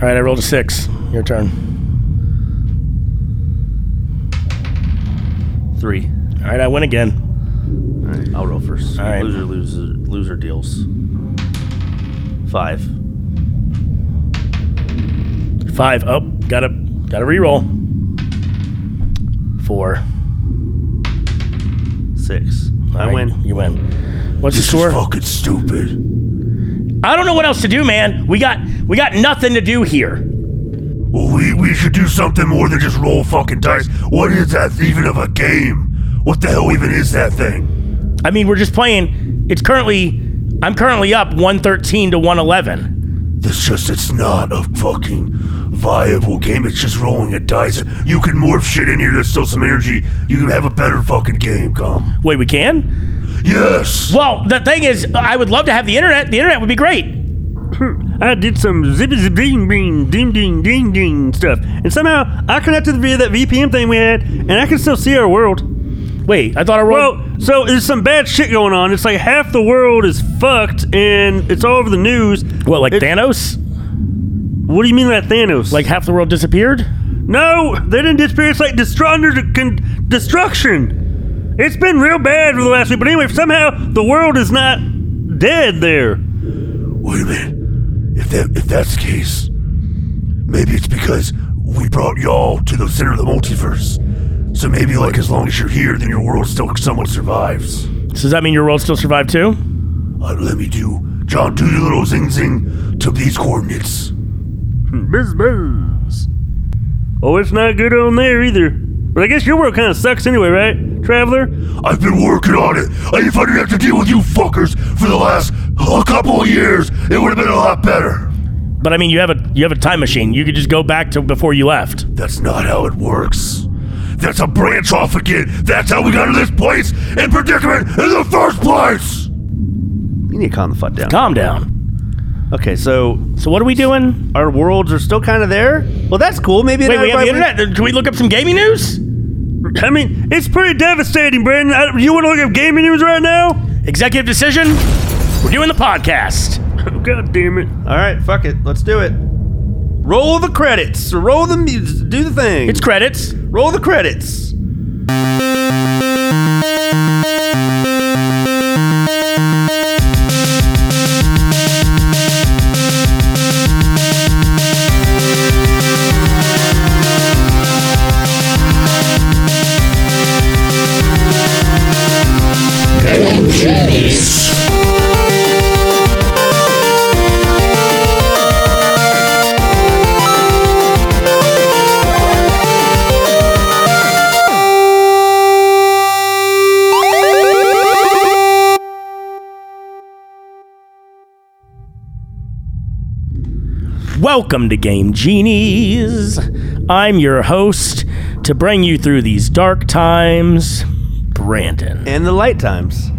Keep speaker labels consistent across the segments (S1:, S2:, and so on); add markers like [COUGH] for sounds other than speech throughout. S1: All right, I rolled a six. Your turn.
S2: Three.
S1: All right, I win again.
S2: All right, I'll roll first.
S1: All right.
S2: Loser, loser, loser deals. Five.
S1: Five. Oh, gotta gotta re-roll. Four.
S2: Six. I
S1: All right,
S2: win.
S1: You win. What's the score?
S3: fucking stupid.
S1: I don't know what else to do, man. We got we got nothing to do here.
S3: Well, we, we should do something more than just roll fucking dice. What is that even of a game? What the hell even is that thing?
S1: I mean, we're just playing. It's currently I'm currently up 113 to 111.
S3: It's just, it's not a fucking viable game. It's just rolling a dice. You can morph shit in here to steal some energy. You can have a better fucking game, come.
S1: Wait, we can?
S3: Yes!
S1: Well, the thing is, I would love to have the internet. The internet would be great.
S4: Hmm. I did some zippy zip ding ding ding ding ding ding stuff, and somehow I connected via that VPN thing we had, and I can still see our world.
S1: Wait, I thought I rolled.
S4: Well, so there's some bad shit going on. It's like half the world is fucked, and it's all over the news.
S1: what, like
S4: It-
S1: Thanos?
S4: What do you mean by Thanos?
S1: Like half the world disappeared?
S4: no, they didn't disappear. It's like destru- under the con- destruction. It's been real bad for the last week, but anyway, somehow the world is not dead there.
S3: Wait a minute. If that if that's the case, maybe it's because we brought y'all to the center of the multiverse. So maybe like as long as you're here, then your world still somewhat survives.
S1: So does that mean your world still survived too?
S3: Uh, let me do John do your little zing zing to these coordinates.
S4: Buzz buzz. Oh, it's not good on there either. But I guess your world kind of sucks anyway, right, Traveler?
S3: I've been working on it. And if I didn't have to deal with you fuckers for the last a couple of years, it would have been a lot better.
S1: But I mean, you have a you have a time machine. You could just go back to before you left.
S3: That's not how it works. That's a branch off again. That's how we got to this place and predicament in the first place.
S2: You need to calm the fuck down.
S1: Calm down.
S2: Okay, so
S1: So what are we doing?
S2: our worlds are still kind of there. Well, that's cool. Maybe
S1: Wait,
S2: not
S1: we have the
S2: everybody-
S1: internet. Can we look up some gaming news?
S4: I mean, it's pretty devastating, Brandon. I, you want to look up gaming news right now?
S1: Executive decision. We're doing the podcast.
S4: Oh, God damn it.
S2: All right, fuck it. Let's do it. Roll the credits. Roll the music. Do the thing.
S1: It's credits.
S2: Roll the credits.
S1: Welcome to Game Genies. I'm your host to bring you through these dark times, Brandon.
S2: And the light times.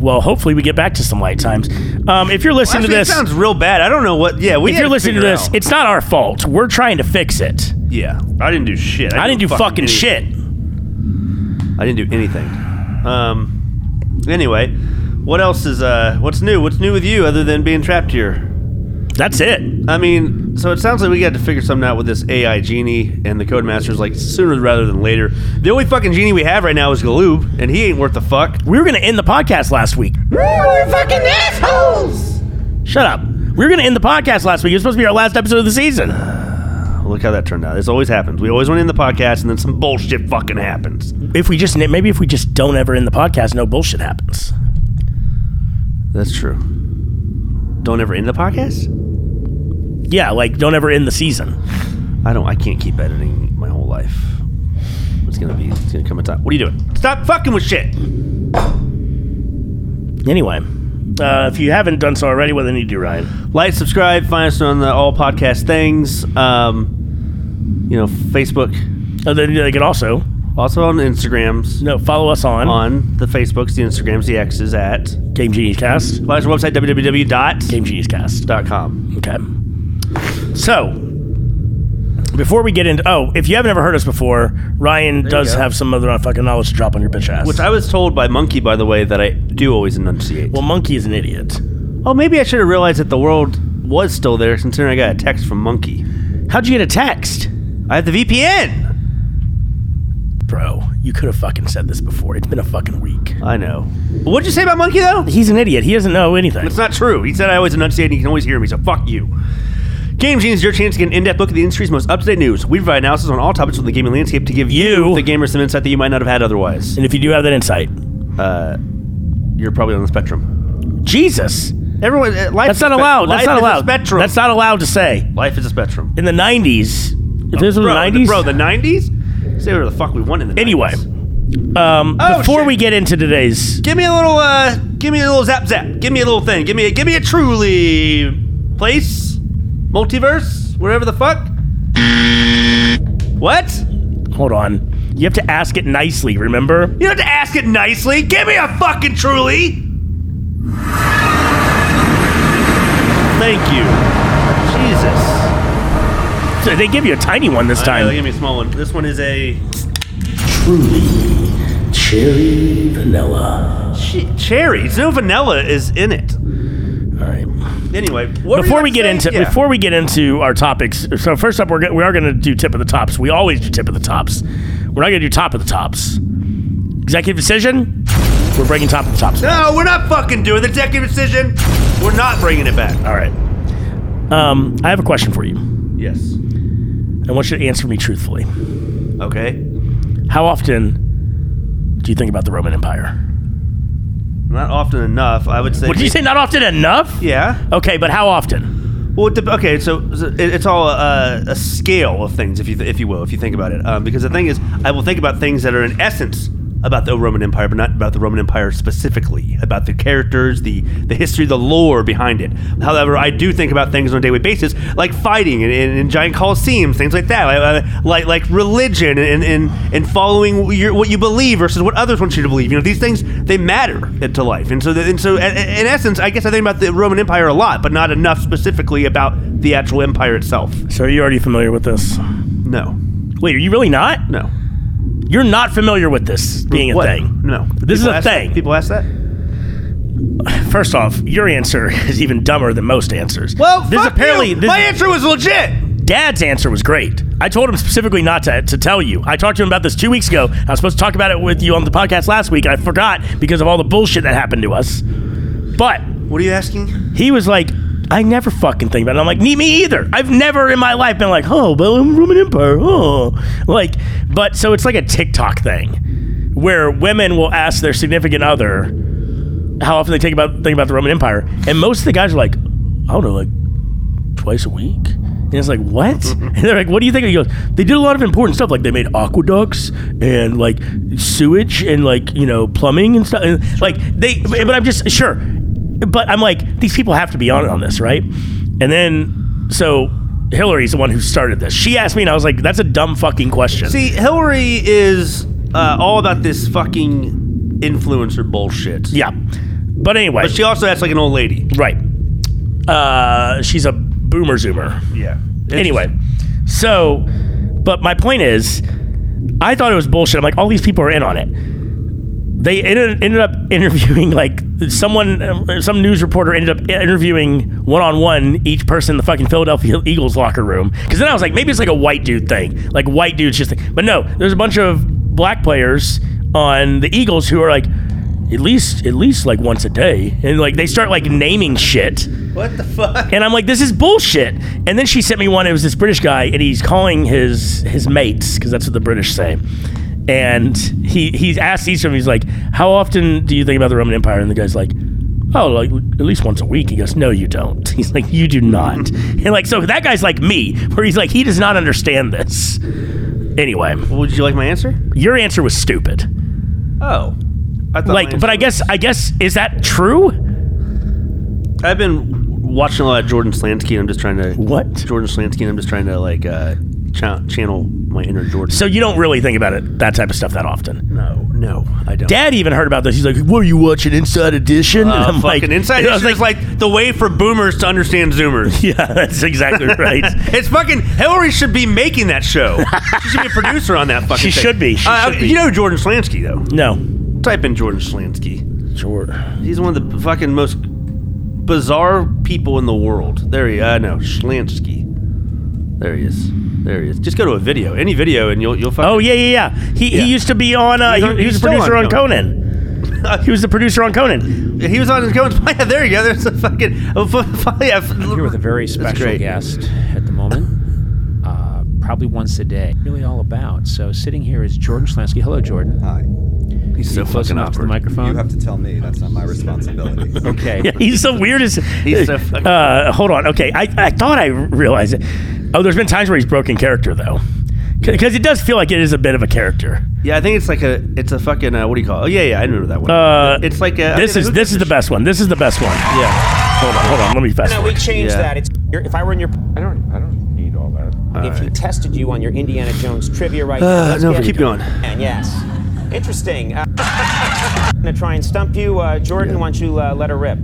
S1: Well, hopefully we get back to some light times. Um, if you're listening
S2: Actually,
S1: to
S2: it
S1: this,
S2: sounds real bad. I don't know what. Yeah, we.
S1: if
S2: had
S1: you're listening to
S2: figure
S1: this,
S2: out.
S1: it's not our fault. We're trying to fix it.
S2: yeah. I didn't do shit.
S1: I didn't do fucking
S2: any-
S1: shit.
S2: I didn't do anything. Um. Anyway, what else is uh? What's new? What's new with you other than being trapped here?
S1: That's it.
S2: I mean, so it sounds like we got to figure something out with this AI genie and the Codemasters like sooner rather than later. The only fucking genie we have right now is Galoob, and he ain't worth the fuck.
S1: We were going to end the podcast last week. We were fucking assholes. Shut up. We were going to end the podcast last week. It was supposed to be our last episode of the season.
S2: Oh, Look how that turned out. This always happens. We always want to end the podcast, and then some bullshit fucking happens.
S1: If we just maybe if we just don't ever end the podcast, no bullshit happens.
S2: That's true. Don't ever end the podcast.
S1: Yeah, like don't ever end the season.
S2: I don't. I can't keep editing my whole life. It's gonna be. It's gonna come a time. What are you doing? Stop fucking with shit.
S1: Anyway, uh, if you haven't done so already, what do they need to do, Ryan?
S2: Like, subscribe. Find us on the all podcast things. Um, you know, Facebook.
S1: Oh, they, they can also
S2: Also on Instagrams.
S1: no follow us on,
S2: on the Facebooks, the Instagrams, the X's at
S1: Game Genius Cast.
S2: Elijah's website www.com.
S1: Game Genius Cast. Okay. So, before we get into oh, if you haven't ever heard us before, Ryan does
S2: go.
S1: have some other fucking knowledge to drop on your bitch ass.
S2: Which I was told by Monkey, by the way, that I do always enunciate.
S1: well, Monkey is an idiot.
S2: oh, maybe I should have realized that the world was still there, considering I got a text from Monkey.
S1: How'd you get a text?
S2: I had the VPN.
S1: Bro, you could have fucking said this before. It's been a fucking week.
S2: I know. What'd you say about Monkey though?
S1: He's an idiot. He doesn't know anything.
S2: It's not true. He said I always enunciate and he can always hear me, so fuck you. Game Genie is your chance to get an in-depth look at the industry's most up-to-date news. We provide analysis on all topics from the gaming landscape to give
S1: You-
S2: the gamer some insight that you might not have had otherwise.
S1: And if you do have that insight,
S2: Uh, you're probably on the spectrum.
S1: Jesus.
S2: Everyone, uh, life
S1: That's
S2: is a
S1: not
S2: spe-
S1: allowed.
S2: Life
S1: That's not
S2: is
S1: allowed.
S2: A spectrum.
S1: That's not allowed to say.
S2: life is a spectrum.
S1: In the 90s, if this was
S2: bro,
S1: the 90s,
S2: bro, the '90s. Say whatever the fuck we want in the. 90s.
S1: Anyway, um,
S2: Oh,
S1: before
S2: shit.
S1: we get into today's,
S2: give me a little, uh, give me a little zap zap. Give me a little thing. Give me, a, give me a truly place, multiverse, wherever the fuck. What?
S1: hold on, you have to ask it nicely. Remember?
S2: You don't have to ask it nicely. Give me a fucking truly. Thank you. Jesus.
S1: So they give you a tiny one this
S2: Uh,
S1: time.
S2: give me a small one. This one is a
S1: Truly, cherry vanilla.
S2: ch- cherry. It's no vanilla is in it.
S1: All right.
S2: Anyway, what were you
S1: Before
S2: about
S1: we
S2: to
S1: get
S2: say?
S1: into
S2: Yeah.
S1: before we get into our topics, so first up, we're go- we are going to do tip of the tops. We always do tip of the tops. We're not going to do top of the tops. Executive decision. We're breaking top of the tops.
S2: No, we're not fucking doing the executive decision. We're not bringing it back. Uh,
S1: All right. Um, I have a question for you.
S2: Yes.
S1: I want you to answer me truthfully.
S2: Okay.
S1: How often do you think about the Roman Empire?
S2: Not often enough. I would say.
S1: What did you say? Not often enough?
S2: Yeah.
S1: Okay, but how often?
S2: Well, it dep- okay. So so it- it's all a, a scale of things, if you if you will, if you think about it. Um, because the thing is, I will think about things that are in essence about the Roman Empire, but not about the Roman Empire specifically, about the characters, the the history, the lore behind it. However, I do think about things on a daily basis, like fighting and, and, and giant coliseums, things like that, I- I- like like religion and and and following your, what you believe versus what others want you to believe. You know, these things they matter to life, and so the, and so a- a- in essence, I guess I think about the Roman Empire a lot, but not enough specifically about the actual empire itself.
S1: So are you already familiar with this?
S2: No,
S1: Wait, are you really not?
S2: no,
S1: You're not familiar with this being a
S2: What?
S1: thing.
S2: No,
S1: This is
S2: People
S1: a
S2: ask that-
S1: thing.
S2: People ask that.
S1: First off, your answer [LAUGHS] is even dumber than most answers.
S2: Well,
S1: this
S2: fuck
S1: apparently
S2: you.
S1: this,
S2: my answer was legit.
S1: Dad's answer was great. I told him specifically not to, to tell you. I talked to him about this two weeks ago. I was supposed to talk about it with you on the podcast last week, and I forgot because of all the bullshit that happened to us. But
S2: What are you asking?
S1: he was like, I never fucking think about it. I'm like, me, me either. I've never in my life been like, oh, but I'm Roman Empire, oh. Like, but so it's like a TikTok thing where women will ask their significant other how often they think about think about the Roman Empire. And most of the guys are like, I don't know, like twice a week? And it's like, what? [LAUGHS] and they're like, what do you think? of it?" He goes, they did a lot of important stuff. Like they made aqueducts and like sewage and like, you know, plumbing and stuff. And like they, but I'm just, sure. But I'm like, these people have to be on it on this, right? And then, so Hillary's the one who started this. She asked me and I was like, that's a dumb fucking question.
S2: See, Hillary is uh, all about this fucking influencer bullshit.
S1: yeah. But anyway,
S2: But she also acts like an old lady.
S1: right. Uh, she's a boomer zoomer.
S2: Yeah.
S1: anyway, so, but my point is, I thought it was bullshit. I'm like, all these people are in on it. They ended, ended up [LAUGHS] interviewing like someone, uh, some news reporter ended up interviewing one on one each person in the fucking Philadelphia Eagles locker room. Because then I was like, maybe it's like a white dude thing, like white dudes just. Think. But no, there's a bunch of black players on the Eagles who are like, at least, at least like once a day, and like they start like naming shit.
S2: What the fuck?
S1: And I'm like, this is bullshit. And then she sent me one. It was this British guy, and he's calling his his mates because that's what the British say. And he he's asked each of them. He's like, how often do you think about the Roman Empire? And the guy's like. Oh, like at least once a week. He goes, No, you don't. [LAUGHS] He's like, You do not. [LAUGHS] And like, so that guy's like me, where he's like, He does not understand this. Anyway,
S2: Would you like my answer?
S1: your answer was stupid.
S2: Oh. I thought my
S1: Like, but
S2: answer-
S1: I guess, I guess, is that true?
S2: I've been watching a lot of Jordan Slansky and I'm just trying to
S1: What?
S2: Jordan Slansky and I'm just trying to like uh cha- channel my inner Jordan.
S1: So you don't really think about it, that type of stuff that often.
S2: No, no, I don't.
S1: Dad even heard about this. He's like, "What are you watching? Inside Edition?"
S2: Uh, fucking inside
S1: and [LAUGHS] I was
S2: issue is like the way for boomers to understand zoomers. [LAUGHS]
S1: "Yeah, [LAUGHS] that's exactly right." [LAUGHS]
S2: It's fucking Hillary should be making that show. she [LAUGHS] should be a producer on that fucking.
S1: She
S2: thing.
S1: should be. She
S2: uh,
S1: should be.
S2: You know Jordan Slansky though.
S1: no,
S2: Type in Jordan Slansky.
S1: sure.
S2: He's one of the fucking most bizarre people in the world. There he, I know, Schlansky. There he is. There he is. Just go to a video, any video, and you'll you'll find.
S1: Oh yeah, yeah, yeah. He,
S2: Yeah.
S1: he used to be on. Uh,
S2: He's
S1: he,
S2: on-
S1: he
S2: he's
S1: was a
S2: still
S1: producer
S2: on
S1: on Conan.
S2: [LAUGHS]
S1: he was the producer on Conan.
S2: He was on his going. [LAUGHS] Yeah, there you go. There's a fucking. oh, fu- fu- yeah,
S5: I'm here with a very special
S2: great.
S5: guest at the moment. Uh, probably once a day. Really all about. So sitting here is Jordan Schlansky. Hello, Jordan.
S6: Hi.
S2: He's so
S5: Are you close
S2: fucking
S5: enough to the
S2: awkward.
S5: microphone.
S6: Uh, You have to tell me. That's not my responsibility.
S5: okay.
S1: Yeah, [LAUGHS] he's the weirdest. [LAUGHS]
S2: He's so fucking-
S1: Uh, hold on. Okay, I, I thought I realized it. Oh, there's been times where he's broken character though, because it does feel like it is a bit of a character.
S2: Yeah, I think it's like a. It's a fucking. Uh, what do you call? it? Oh yeah, yeah. I remember that one.
S1: Uh,
S2: it's like a. I
S1: This
S2: think
S1: is
S2: a
S1: this is the best one. This is the best one.
S2: Yeah.
S1: Hold on, hold on. Let me fast
S7: No, we
S1: forward.
S7: changed
S2: Yeah.
S7: that. It's if I were in your,
S8: I don't. I don't need all that.
S7: if he tested you on your Indiana Jones trivia right now.
S2: Uh, [SIGHS]
S7: let's
S2: no,
S7: get
S2: keep
S7: it.
S2: going.
S7: And yes, interesting. Uh, [LAUGHS] I'm gonna try and stump you, uh, Jordan. Why don't you uh, let her rip?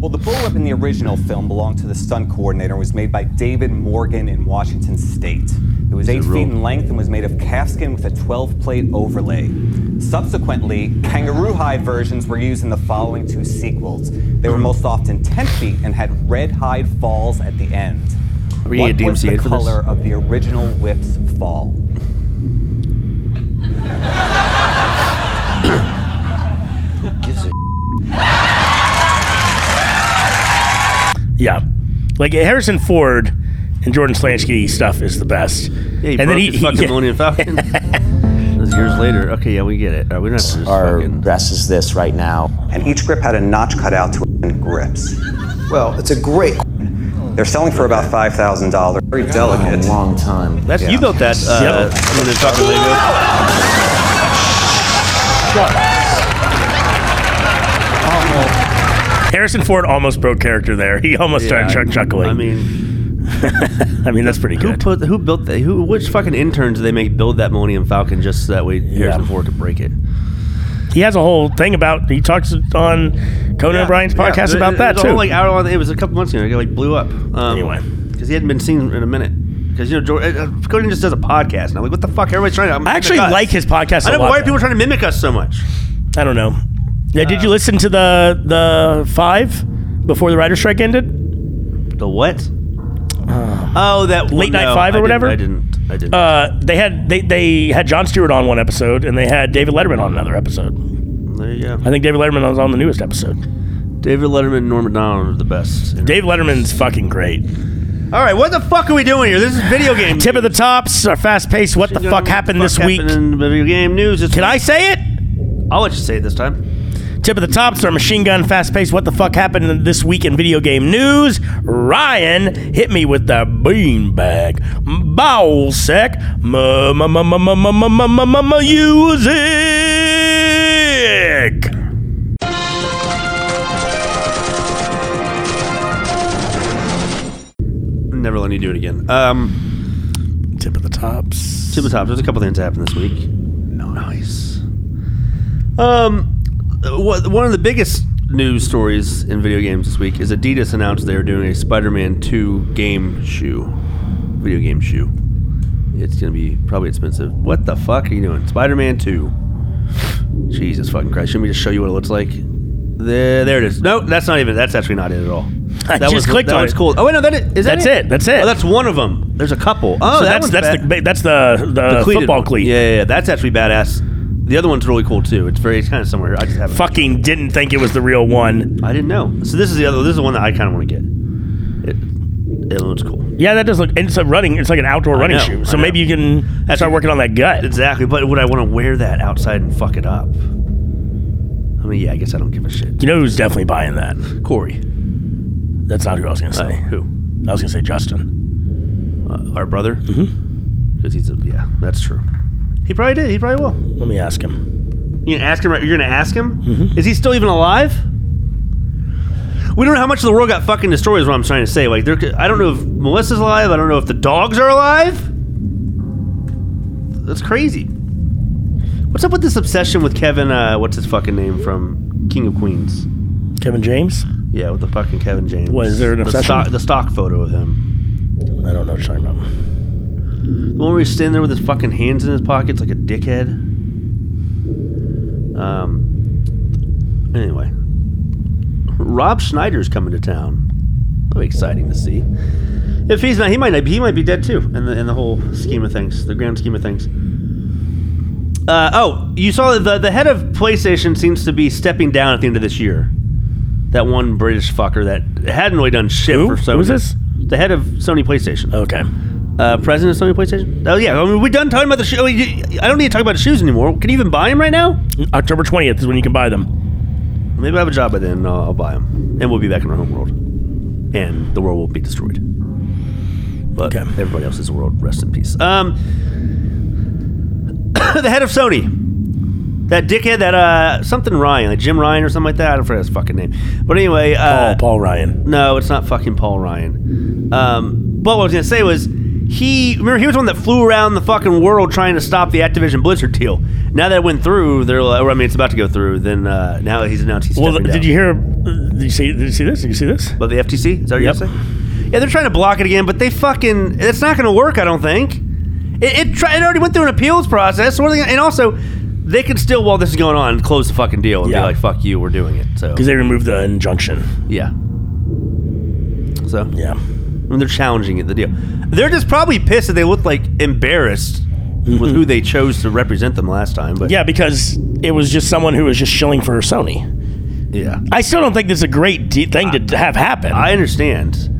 S6: Well, the bullwhip in the original film belonged to the stunt coordinator and was made by David Morgan in Washington State. It was eight feet in length and was made of calfskin with a 12 plate overlay. Subsequently, kangaroo hide versions were used in the following two sequels. They were most often 10 feet and had red hide falls at the end.
S2: Are we
S6: what
S2: getting a
S6: was the
S2: DMCA for this?
S6: color of the original whip's fall?
S1: Yeah, like Harrison Ford and Jordan Slansky stuff is the best.
S2: Yeah, he
S1: and
S2: broke his
S1: [LAUGHS]
S2: fucking
S1: yeah.
S2: Millennium Falcon. It was years later. Okay, yeah, we get it. Uh, we don't have to just
S7: Our
S2: fucking.
S7: best is this right now.
S6: And each grip had a notch cut out to end grips.
S9: Well, it's a great
S6: They're selling for about $5,000. Very delicate.
S9: long time.
S2: That's you built that. Uh,
S1: Yep.
S2: Millennium Falcon logo.
S1: Harrison Ford almost broke character there. He almost started chuck- chuckling.
S2: I mean,
S1: I mean that's pretty
S2: who
S1: good.
S2: put? Who built that? Who? Which fucking interns did they make build that Millennium Falcon just so that way Harrison Ford could break it?
S1: He has a whole thing about. He talks on Conan O'Brien's
S2: Yeah,
S1: uh, podcast
S2: it-
S1: about
S2: it-
S1: that
S2: it was a
S1: too.
S2: whole, like hour long, it was a couple months ago. It like blew up. Um,
S1: Anyway.
S2: because he hadn't been seen in a minute. Because you know, Jordan, uh, uh, Conan just does a podcast, and I'm like, what the fuck? Everybody's trying to. I'm
S1: I actually
S2: mimic us.
S1: like his podcast.
S2: I
S1: a
S2: don't know
S1: lot,
S2: why are
S1: though.
S2: people trying to mimic us so much.
S1: I don't know. Yeah, did you listen to the the five before the writer's strike ended?
S2: The what? oh, that
S1: Late Night Five or
S2: I
S1: whatever?
S2: Didn't, I didn't. I didn't.
S1: Uh, they had they they had John Stewart on one episode, and they had David Letterman on another episode.
S2: there you go.
S1: I think David Letterman was on the newest episode.
S2: David Letterman and Norm Macdonald are the best.
S1: Dave Letterman's fucking great.
S2: All right, what the fuck are we doing here? This is
S1: [LAUGHS]
S2: video game.
S1: Tip of the tops, our fast pace. What the fuck happened this week?
S2: In video game news.
S1: Can I say it?
S2: I'll let you say it this time.
S1: Tip of the tops, our machine gun, fast paced. What the fuck happened this week in video game news? Ryan hit me with the beanbag bowl sec music.
S2: Never letting you do it again. Um,
S1: Tip of the tops.
S2: tip of the top. There's a couple things that happened this week. Nice. Um, wha- one of the biggest news stories in video games this week is Adidas announced they are doing a Spider-Man 2 game shoe, video game shoe. It's gonna be probably expensive. What the fuck are you doing, Spider-Man 2? Jesus fucking Christ! Should we just show you what it looks like? There, there it is. No, that's not even. That's actually not it at all.
S1: [LAUGHS] I
S2: that
S1: just
S2: was,
S1: clicked
S2: that
S1: on
S2: was
S1: it.
S2: cool. Oh wait, no, that is, is that
S1: That's it, that's it.
S2: Oh, that's one of them. There's a couple. Oh,
S1: So
S2: that
S1: that's
S2: one's
S1: that's
S2: bad
S1: the, ba- that's the the,
S2: cleated
S1: Uh, football
S2: one.
S1: cleat.
S2: Yeah, yeah, yeah, that's actually badass. The other one's really cool too. It's very kind of somewhere. I just haven't.
S1: Fucking didn't think it was the real one.
S2: I didn't know. So this is the other. This is the one that I kind of want to get. It, it looks cool.
S1: Yeah, that does look. and It's a running. It's like an outdoor running
S2: know,
S1: shoe.
S2: I
S1: So
S2: know.
S1: maybe you can
S2: That's-
S1: start working on that gut.
S2: Exactly. But would I want to wear that outside and fuck it up? I mean, yeah. I guess I don't give a shit.
S1: you know who's definitely buying that?
S2: Corey.
S1: That's not who I was gonna
S2: Oh,
S1: say.
S2: who?
S1: I was gonna say Justin.
S2: Uh, our brother. Mm-hmm. Because he's a yeah. That's true. He probably did. He probably will.
S1: Let me ask him.
S2: You gonna ask him? right- You're gonna ask him?
S1: Mm-hmm.
S2: Is he still even alive? We don't know how much of the world got fucking destroyed. Is what I'm trying to say. Like, there, could- I don't know if Melissa's alive. I don't know if the dogs are alive. That's crazy. What's up with this obsession with Kevin? Uh, what's his fucking name from King of Queens?
S1: Kevin James?
S2: Yeah, with the fucking Kevin James.
S1: What, is there an
S2: the
S1: obsession?
S2: Stock, the stock photo of him.
S1: I don't know what you're talking about.
S2: The one where he's standing there with his fucking hands in his pockets like a dickhead. Um. Anyway, Rob Schneider's coming to town. That'll be exciting to see. If he's not, he might not. Be, he might be dead too. In the in the whole scheme of things, the grand scheme of things. Uh, oh, you saw that the the head of PlayStation seems to be stepping down at the end of this year. That one British fucker that hadn't really done shit
S1: Who?
S2: for Sony.
S1: Who is this?
S2: The head of Sony PlayStation.
S1: Okay.
S2: Uh, president of Sony PlayStation. Oh yeah, I mean, we're done talking about the shoe. I don't need to talk about the shoes anymore. Can you even buy them right now?
S1: October 20th is when you can buy them.
S2: Maybe I have a job by then. and I'll, I'll buy them, and we'll be back in our home world, and the world will be destroyed. But
S1: Okay.
S2: everybody else's world, rest in peace. Um, [COUGHS] the head of Sony, that dickhead, that uh, something Ryan, like Jim Ryan or something like that. I don't forget his fucking name. But anyway, uh,
S1: Paul, Paul Ryan.
S2: no, it's not fucking Paul Ryan. Um, but what I was gonna say was he remember he was the one that flew around the fucking world trying to stop the Activision Blizzard deal. Now that it went through, they're like, or, I mean it's about to go through. Then uh, now he's announced he's
S1: Well,
S2: stepping down.
S1: did you hear? Did you see? Did you see this? Did you see this?
S2: But the FTC is that
S1: Yep.
S2: what you're saying? Yeah, they're trying to block it again, but they fucking it's not gonna work. I don't think it it, tri- it already went through an appeals process. So what are they gonna, and also they could still while this is going on close the fucking deal and
S1: Yeah.
S2: be like fuck you, we're doing it. So
S1: Because they removed the injunction.
S2: yeah, so
S1: Yeah.
S2: when they're challenging it, the deal. They're just probably pissed that they looked like embarrassed with who they chose to represent them last time. But
S1: Yeah, because it was just someone who was just shilling for Sony.
S2: yeah,
S1: I still don't think this is a great de- thing to have happen.
S2: I understand.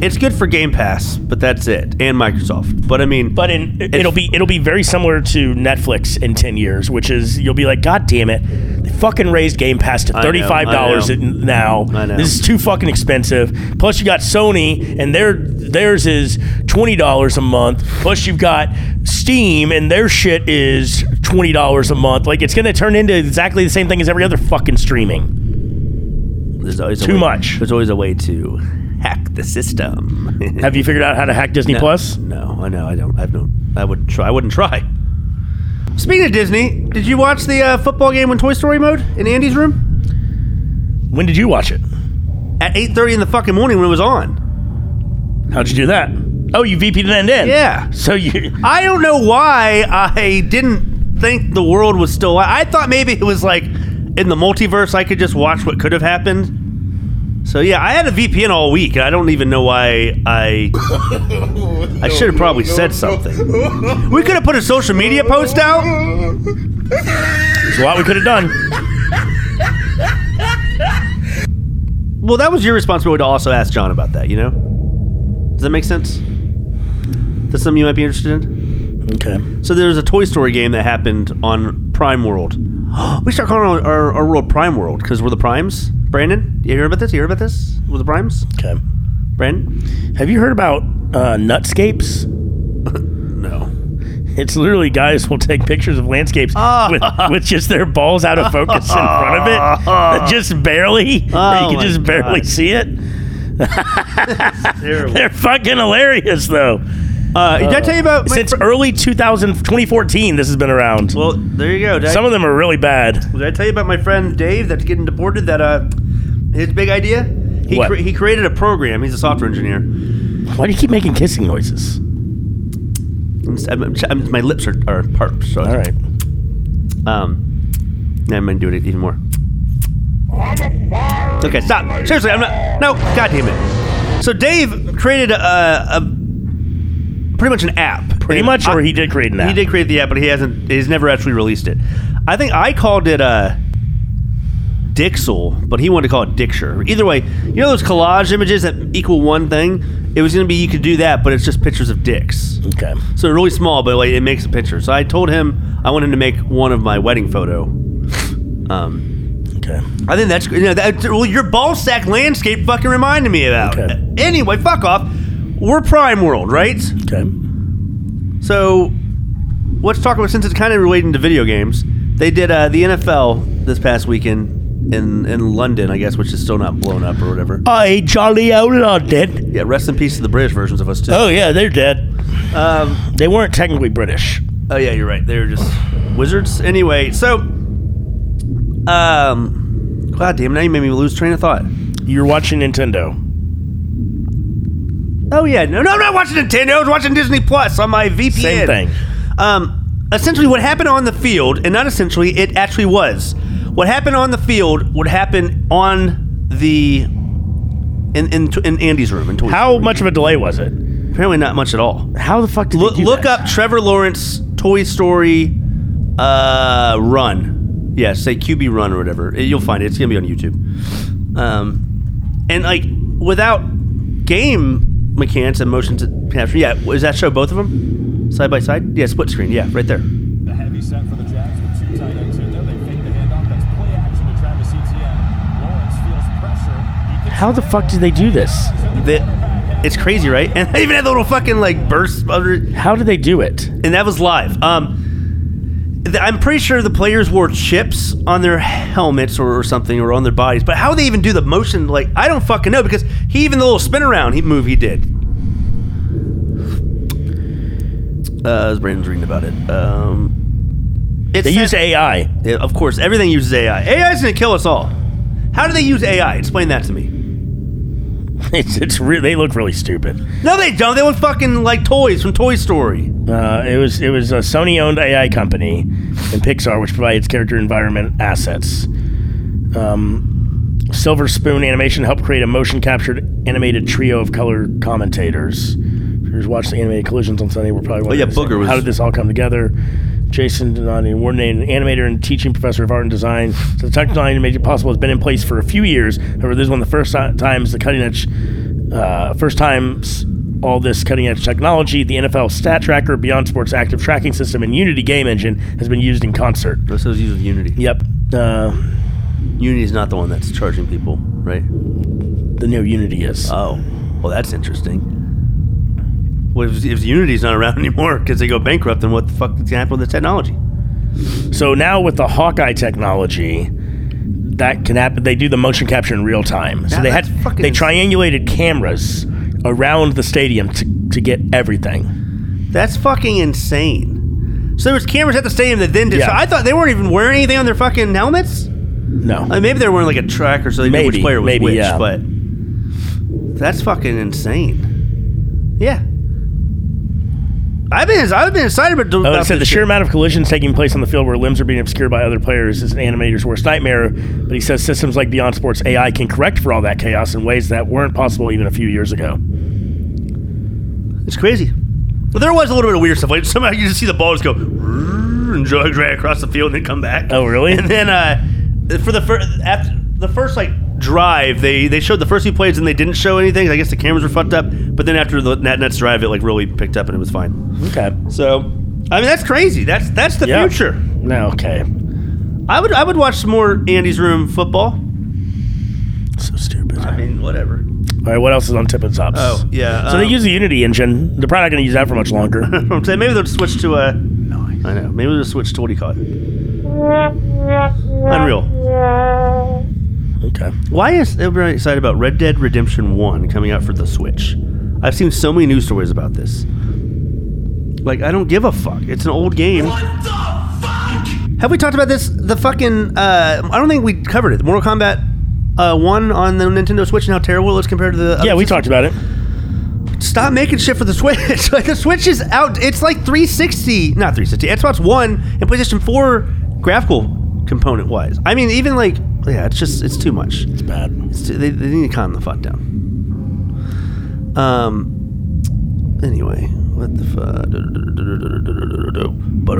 S2: It's good for Game Pass, but that's it, and Microsoft. But I mean,
S1: but in, it'll be it'll be very similar to Netflix in ten years, which is you'll be like, God damn it, they fucking raised Game Pass to
S2: I know,
S1: thirty five dollars
S2: I know.
S1: now.
S2: I know.
S1: This is too fucking expensive. Plus you got Sony and their theirs is twenty dollars a month. Plus you've got Steam and their shit is twenty dollars a month. Like it's gonna turn into exactly the same thing as every other fucking streaming.
S2: there's always a
S1: too
S2: way-
S1: much.
S2: There's always a way to hack the system.
S1: Have you figured out how to hack Disney
S2: No.
S1: Plus?
S2: [LAUGHS] No, I know. I don't. I don't. I wouldn't try. I wouldn't try. Speaking of Disney, did you watch the uh, football game in Toy Story mode in Andy's room
S1: When did you watch it?
S2: at 8:30 in the fucking morning when it was on?
S1: How'd you do that? Oh, you VP'd it end in.
S2: Yeah.
S1: So you [LAUGHS]
S2: I don't know why I didn't think the world was still. I thought maybe it was like in the multiverse. I could just watch what could have happened. So yeah, I had a VPN all week, and I don't even know why I. I should have probably said something. We could have put a social media post out.
S1: It's a lot we could have done.
S2: Well, that was your responsibility to also ask John about that. You know, does that make sense? That's something you might be interested in.
S1: Okay.
S2: So there was a Toy Story game that happened on Prime World. [GASPS] we start calling our, our, our world Prime World because we're the Primes. Brandon, you hear about this? You hear about this? We're the Primes.
S1: Okay.
S2: Brandon?
S1: Have you heard about uh, nutscapes?
S2: No.
S1: It's literally guys will take pictures of landscapes
S2: Ah.
S1: with, with just their balls out of focus in front of it, just barely. where
S2: Ah. Oh
S1: you can
S2: my
S1: just barely
S2: God.
S1: see it. They're fucking hilarious, though.
S2: [LAUGHS] Uh, did I tell you about? my
S1: Since
S2: fr-
S1: early 2000, 2014, this has been around.
S2: well, there you go. Did,
S1: Some
S2: I,
S1: of them are really bad.
S2: did I tell you about my friend Dave that's getting deported? That uh, his big idea. He
S1: What?
S2: he created a program. He's a software engineer.
S1: Why do you keep making kissing noises?
S2: I'm- I'm- I'm- my lips are, are parched. So
S1: All right.
S2: Um, now I'm gonna do it even more. Okay, stop. Seriously, I'm not. No, God damn it. So Dave created a, a pretty much an app.
S1: Pretty
S2: And
S1: much, or
S2: I-
S1: he did create an app.
S2: He did create the app, but he hasn't. He's never actually released it. I think I called it uh, Dixel, but he wanted to call it Dicture. Either way, you know those collage images that equal one thing. It was gonna be you could do that, but it's just pictures of dicks.
S1: Okay.
S2: So they're really small, but like it makes a picture. So I told him I want him to make one of my wedding photo. Um,
S1: Okay.
S2: I think that's you know that well your ball sack landscape fucking reminded me of that.
S1: Okay.
S2: Anyway, fuck off. We're Prime World, right?
S1: Okay.
S2: So let's talk about since it's kind of relating to video games. They did uh, the NFL this past weekend in in London, I guess, which is still not blown up or whatever.
S1: I jolly old London.
S2: Yeah, rest in peace to the British versions of us too.
S1: Oh yeah, they're dead.
S2: Um,
S1: They weren't technically British.
S2: Oh yeah, you're right. They were just wizards. Anyway, so um God damn, now you made me lose train of thought.
S1: You're watching Nintendo.
S2: Oh yeah, no, no, I'm not watching Nintendo. I was watching Disney Plus on my VPN.
S1: Same thing.
S2: Um, essentially, what happened on the field, and not essentially, it actually was. What happened on the field would happen on the in in, in Andy's room in Toy
S1: How
S2: Story.
S1: much of a delay was it?
S2: Apparently not much at all.
S1: How the fuck did
S2: Look,
S1: they do
S2: look
S1: that?
S2: up Trevor Lawrence Toy Story uh, run. Yeah, say QB run or whatever. It- You'll find it. It's gonna be on YouTube. Um, and like without game mechanics and motion to capture. Yeah, is that show both of them side by side? Yeah, split screen. Yeah, right there.
S10: The heavy set for the Jags with two tight ends in there. They fake the handoff. That's play action to Travis Etienne. Lawrence feels pressure. He can
S1: How the fuck did they do this?
S2: That it's crazy, right? [LAUGHS] And they even had the little fucking like burst under.
S1: How did they do it?
S2: and that was live. Um, th- I'm pretty sure the players wore chips on their helmets or, or something, or on their bodies. But how they even do the motion, like I don't fucking know, because he even the little spin around he move he did. Uh, as Brandon's reading about it, um, it's
S1: They use AI.
S2: yeah, of course everything uses AI. AI is gonna kill us all. How do they use AI? Explain that to me.
S1: [LAUGHS] It's, it's re- they look really stupid.
S2: No, they don't. They look fucking like toys from Toy Story.
S1: Uh, it was it was a Sony owned AI company and Pixar, which provides character environment assets. Um, Silver Spoon Animation helped create a motion captured animated trio of color commentators. If you watched the animated collisions on Sunday, we're probably wondering
S11: Oh, yeah,
S1: the same.
S11: Booger was-
S1: how did this all come together? Jason Donati, award-winning animator and teaching professor of art and design, so the technology to make it possible has been in place for a few years. However, this is one of the first ti- times the cutting edge, uh, first times all this cutting edge technology, the NFL Stat Tracker, Beyond Sports Active Tracking System, and Unity Game Engine has been used in concert.
S2: This was using Unity.
S1: Yep, uh,
S2: Unity's not the one that's charging people, right?
S1: the new Unity is.
S2: Oh, well, that's interesting. Well, if, if Unity's not around [LAUGHS] anymore because they go bankrupt, then what the fuck is going to happen with the technology?
S1: So now with the Hawkeye technology, that can happen. They do the motion capture in real time. So
S2: Yeah,
S1: they had
S2: that's fucking
S1: they
S2: ins-
S1: triangulated cameras around the stadium to, to get everything.
S2: That's fucking insane. So there was cameras at the stadium that then did. So
S1: Yeah.
S2: I thought they weren't even wearing anything on their fucking helmets.
S1: No,
S2: I mean, maybe they were wearing like a tracker, so they knew which
S1: Maybe,
S2: player was
S1: maybe,
S2: which.
S1: yeah.
S2: But that's fucking insane. Yeah. I've been I've been excited about.
S1: Oh,
S2: about
S1: it said the
S2: this
S1: sheer
S2: shit.
S1: amount of collisions taking place on the field where limbs are being obscured by other players is an animator's worst nightmare. But he says systems like Beyond Sports AI can correct for all that chaos in ways that weren't possible even a few years ago.
S2: It's crazy. But there was a little bit of weird stuff. Like somehow you just see the ball just go "Rrrr," and jog right across the field and then come back.
S1: Oh, really?
S2: And then uh, for the first after the first like drive, they they showed the first few plays and they didn't show anything. I guess the cameras were fucked up. But then after the Nat Nets drive, it like really picked up and it was fine.
S1: Okay.
S2: So I mean that's crazy. That's that's the
S1: Yeah.
S2: future.
S1: No, okay.
S2: I would I would watch some more Andy's Room football.
S1: So stupid.
S2: I mean whatever.
S1: All right, what else is on Tippin's Ups?
S2: Oh, yeah,
S1: So they
S2: um,
S1: use the Unity engine. They're probably not going to use that for much longer.
S2: [LAUGHS] I'm saying maybe they'll switch to a. Nice. I know. Maybe they'll switch to what do you call it? Unreal.
S1: okay.
S2: Why is everybody excited about Red Dead Redemption 1 coming out for the Switch? I've seen so many news stories about this. Like, I don't give a fuck. It's an old game. Have we talked about this? The fucking. Uh, I don't think we covered it. Mortal Kombat uh, 1 on the Nintendo Switch and how terrible it was compared to the. other
S1: Yeah, we talked
S2: systems.
S1: about it.
S2: Stop making shit for the Switch. [LAUGHS] like, the Switch is out. It's like 360. Not 360. Xbox One and PlayStation 4 graphical component wise. I mean, even like. Yeah, it's just. It's too much.
S1: It's bad.
S2: It's- They, they need to calm the fuck down. Um. Anyway, what the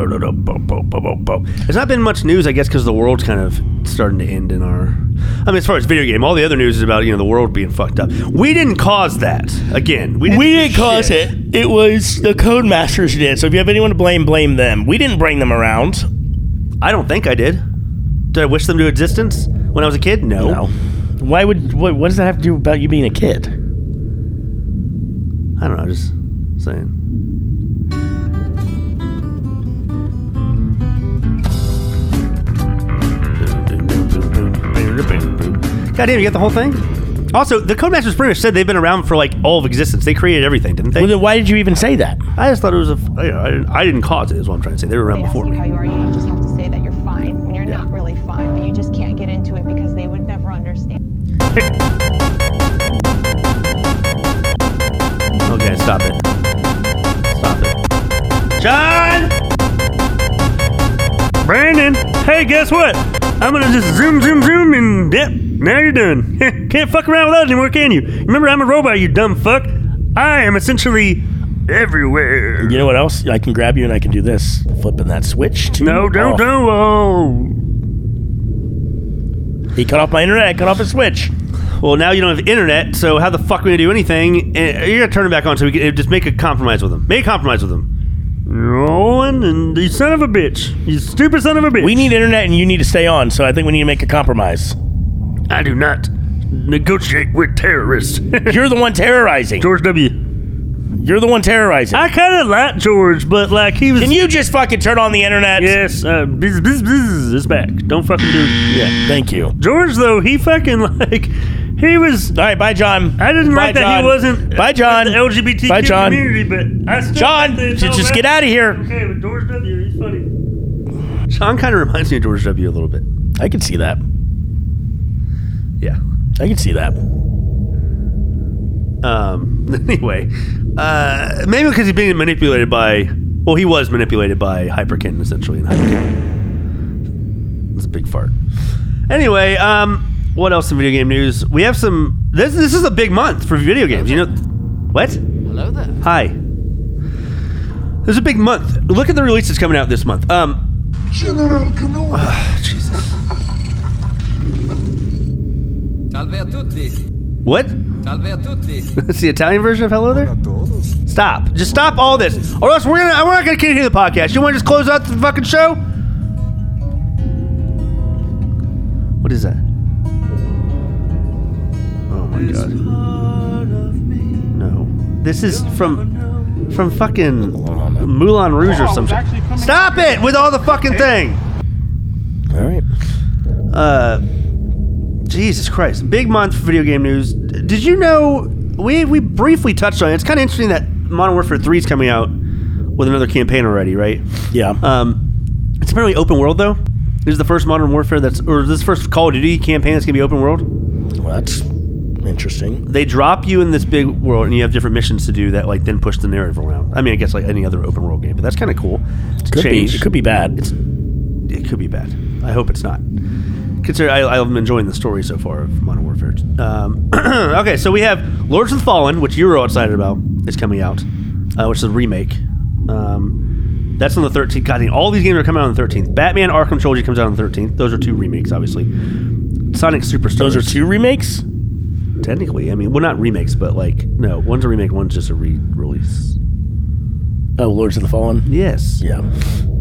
S2: fuck? There's not been much news, I guess, because the world's kind of starting to end in our. I mean, as far as video game, all the other news is about you know the world being fucked up. We didn't cause that. Again, we didn't,
S1: We
S2: do
S1: didn't cause
S2: shit.
S1: it. It was the Codemasters who did. So if you have anyone to blame, blame them. We didn't bring them around.
S2: I don't think I did. Did I wish them to existence when I was a kid?
S1: No.
S2: No.
S1: Why would what, what does that have to do about you being a kid?
S2: I don't know. Just saying. God damn, you got the whole thing? Also, the Codemasters pretty much said they've been around for like all of existence. They created everything, didn't they?
S1: Well, then why did you even say that?
S2: I just thought it was a. f- I, I, didn't, I didn't cause it. Is what I'm trying to say. They were around
S12: they ask
S2: before
S12: you how
S2: me.
S12: you are, you just have to say that you're fine when you're
S2: Yeah.
S12: not really fine, but you just can't get into it because they would never understand.
S2: Okay, stop it. Stop it.
S4: John! Brandon! Hey, guess what? I'm gonna just zoom, zoom, zoom, and yep. Now you're done. [LAUGHS] Can't fuck around with us anymore, can you? Remember, I'm a robot, you dumb fuck. I am essentially everywhere.
S1: You know what else? I can grab you and I can do this. Flipping that switch to
S4: No, don't,
S1: off.
S4: don't. Oh.
S1: He cut off my internet. I cut off his switch.
S2: Well, now you don't have internet, so how the fuck are we gonna do anything? Eh, You gotta turn it back on, so we can eh, just make a compromise with them. Make a compromise with them.
S4: Roland and you son of a bitch. You stupid son of a bitch.
S1: We need internet and you need to stay on, so I think we need to make a compromise.
S4: I do not negotiate with terrorists. [LAUGHS]
S1: You're the one terrorizing.
S4: George W.
S1: You're the one terrorizing.
S4: I kind of like George, but like he was.
S1: Can you just fucking turn on the
S4: [LAUGHS]
S1: internet?
S4: Yes, uh, biz, biz, biz, it's back. Don't fucking do.
S1: Yeah, thank you. All
S4: George though, he fucking [LAUGHS] like he was. [LAUGHS]
S1: right, bye, John.
S4: I didn't
S1: Bye,
S4: like that
S1: John.
S4: he wasn't.
S1: Bye, John. [LAUGHS]
S4: The LGBTQ
S1: Bye, John.
S4: community, but I still
S1: John,
S4: think it's
S1: just-
S4: all
S1: just
S4: bad.
S1: get outta here.
S4: Okay, but George W. He's funny.
S2: Sean kind of reminds me of George W. a little bit.
S1: I can see that.
S2: Yeah.
S1: I can see that.
S2: Um. [LAUGHS] Anyway, uh, maybe because he's being manipulated by. Well, he was manipulated by Hyperkin essentially. And Hyperkin. It's a big fart. Anyway, um, what else in video game news? We have some. This this is a big month for video games. You know, what?
S11: Hello there.
S2: Hi. This is a big month. Look at the releases coming out this month. Um,
S3: General Kenobi.
S11: Salve a tutti.
S2: what?
S11: Salve a tutti.
S2: [LAUGHS] That's the Italian version of hello there. Stop. Just stop all this, or else we're gonna we're not gonna continue the podcast. You want to just close out the fucking show? What is that? Oh my god. No. This is from from fucking Moulin Rouge or some shit. Stop it with all the fucking thing.
S1: All right.
S2: Uh, Jesus Christ! Big month for video game news. D- Did you know we we briefly touched on it? It's kind of interesting that Modern Warfare Three is coming out with another campaign already, right?
S1: Yeah.
S2: Um, it's apparently open world though. This is the first Modern Warfare that's, or this first Call of Duty campaign that's gonna be open world.
S1: Well, that's interesting.
S2: They drop you in this big world, and you have different missions to do that, like then push the narrative around. I mean, I guess like any other open world game, but that's kind of cool. It's a
S1: Could be.
S2: change.
S1: It could be bad.
S2: It's it could be bad. I hope it's not. Consider I, I'm enjoying the story so far of Modern Warfare. Um, [CLEARS THROAT] okay, so we have Lords of the Fallen, which you were all excited about, is coming out, uh, which is a remake. Um, that's on the 13th. God, dang, all these games are coming out on the 13th. Batman: Arkham Trilogy comes out on the 13th. Those are two remakes, obviously. Sonic Superstars.
S1: Those are two remakes.
S2: technically. I mean, well, not remakes, but like no, one's a remake, one's just a re-release.
S1: Oh, Lords of the Fallen.
S2: Yes.
S1: Yeah.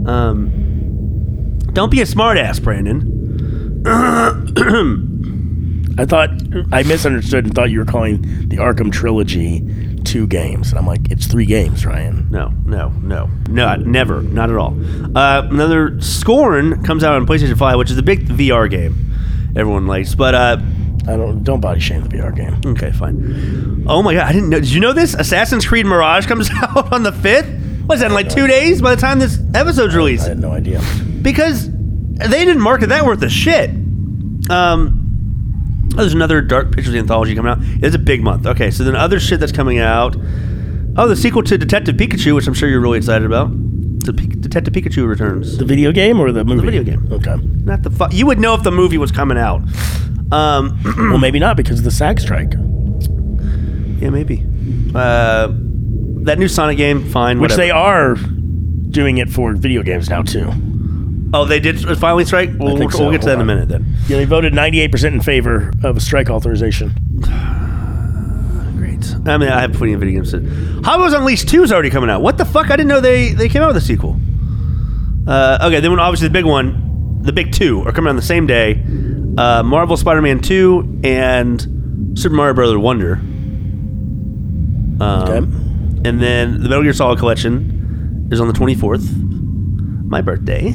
S2: Um, don't be a smartass, Brandon.
S1: I thought I misunderstood and thought you were calling the Arkham trilogy two games, and I'm like, it's three games, Ryan.
S2: No, no, no, no, never, not at all. Uh, another Scorn comes out on PlayStation Five, which is a big VR game everyone likes. But uh,
S1: I don't don't body shame the VR game.
S2: okay, fine. Oh my god, I didn't know. Did you know this? Assassin's Creed Mirage comes [LAUGHS] out on the fifth. What's that? in Like two days by the time this episode's
S1: I
S2: released,
S1: had no idea.
S2: because they didn't market that worth a shit. Um. There's another Dark Pictures anthology coming out. It's a big month. Okay, so then other shit that's coming out. Oh, the sequel to Detective Pikachu, which I'm sure you're really excited about. So Pi- Detective Pikachu returns.
S1: The video game or the movie?
S2: video game.
S1: Okay.
S2: Not the fuck. You would know if the movie was coming out. Um, [CLEARS THROAT]
S1: well, maybe not because of the SAG strike,
S2: yeah, maybe. Uh, that new Sonic game, fine.
S1: which
S2: whatever.
S1: they are doing it for video games now too.
S2: Oh, they did finally strike. We'll,
S1: think
S2: we'll
S1: so.
S2: get to that in a
S1: Hold on.
S2: minute then.
S1: Yeah, they voted 98% in favor of a strike authorization.
S2: Great. I mean, I have plenty of video games. Hobos Unleashed Two is already coming out. What the fuck? I didn't know they they came out with a sequel. Uh, okay, then obviously the big one, the big two are coming out on the same day. Uh, Marvel Spider-Man Two and Super Mario Brother Wonder. Um, And then the Metal Gear Solid Collection is on the 24th, my birthday.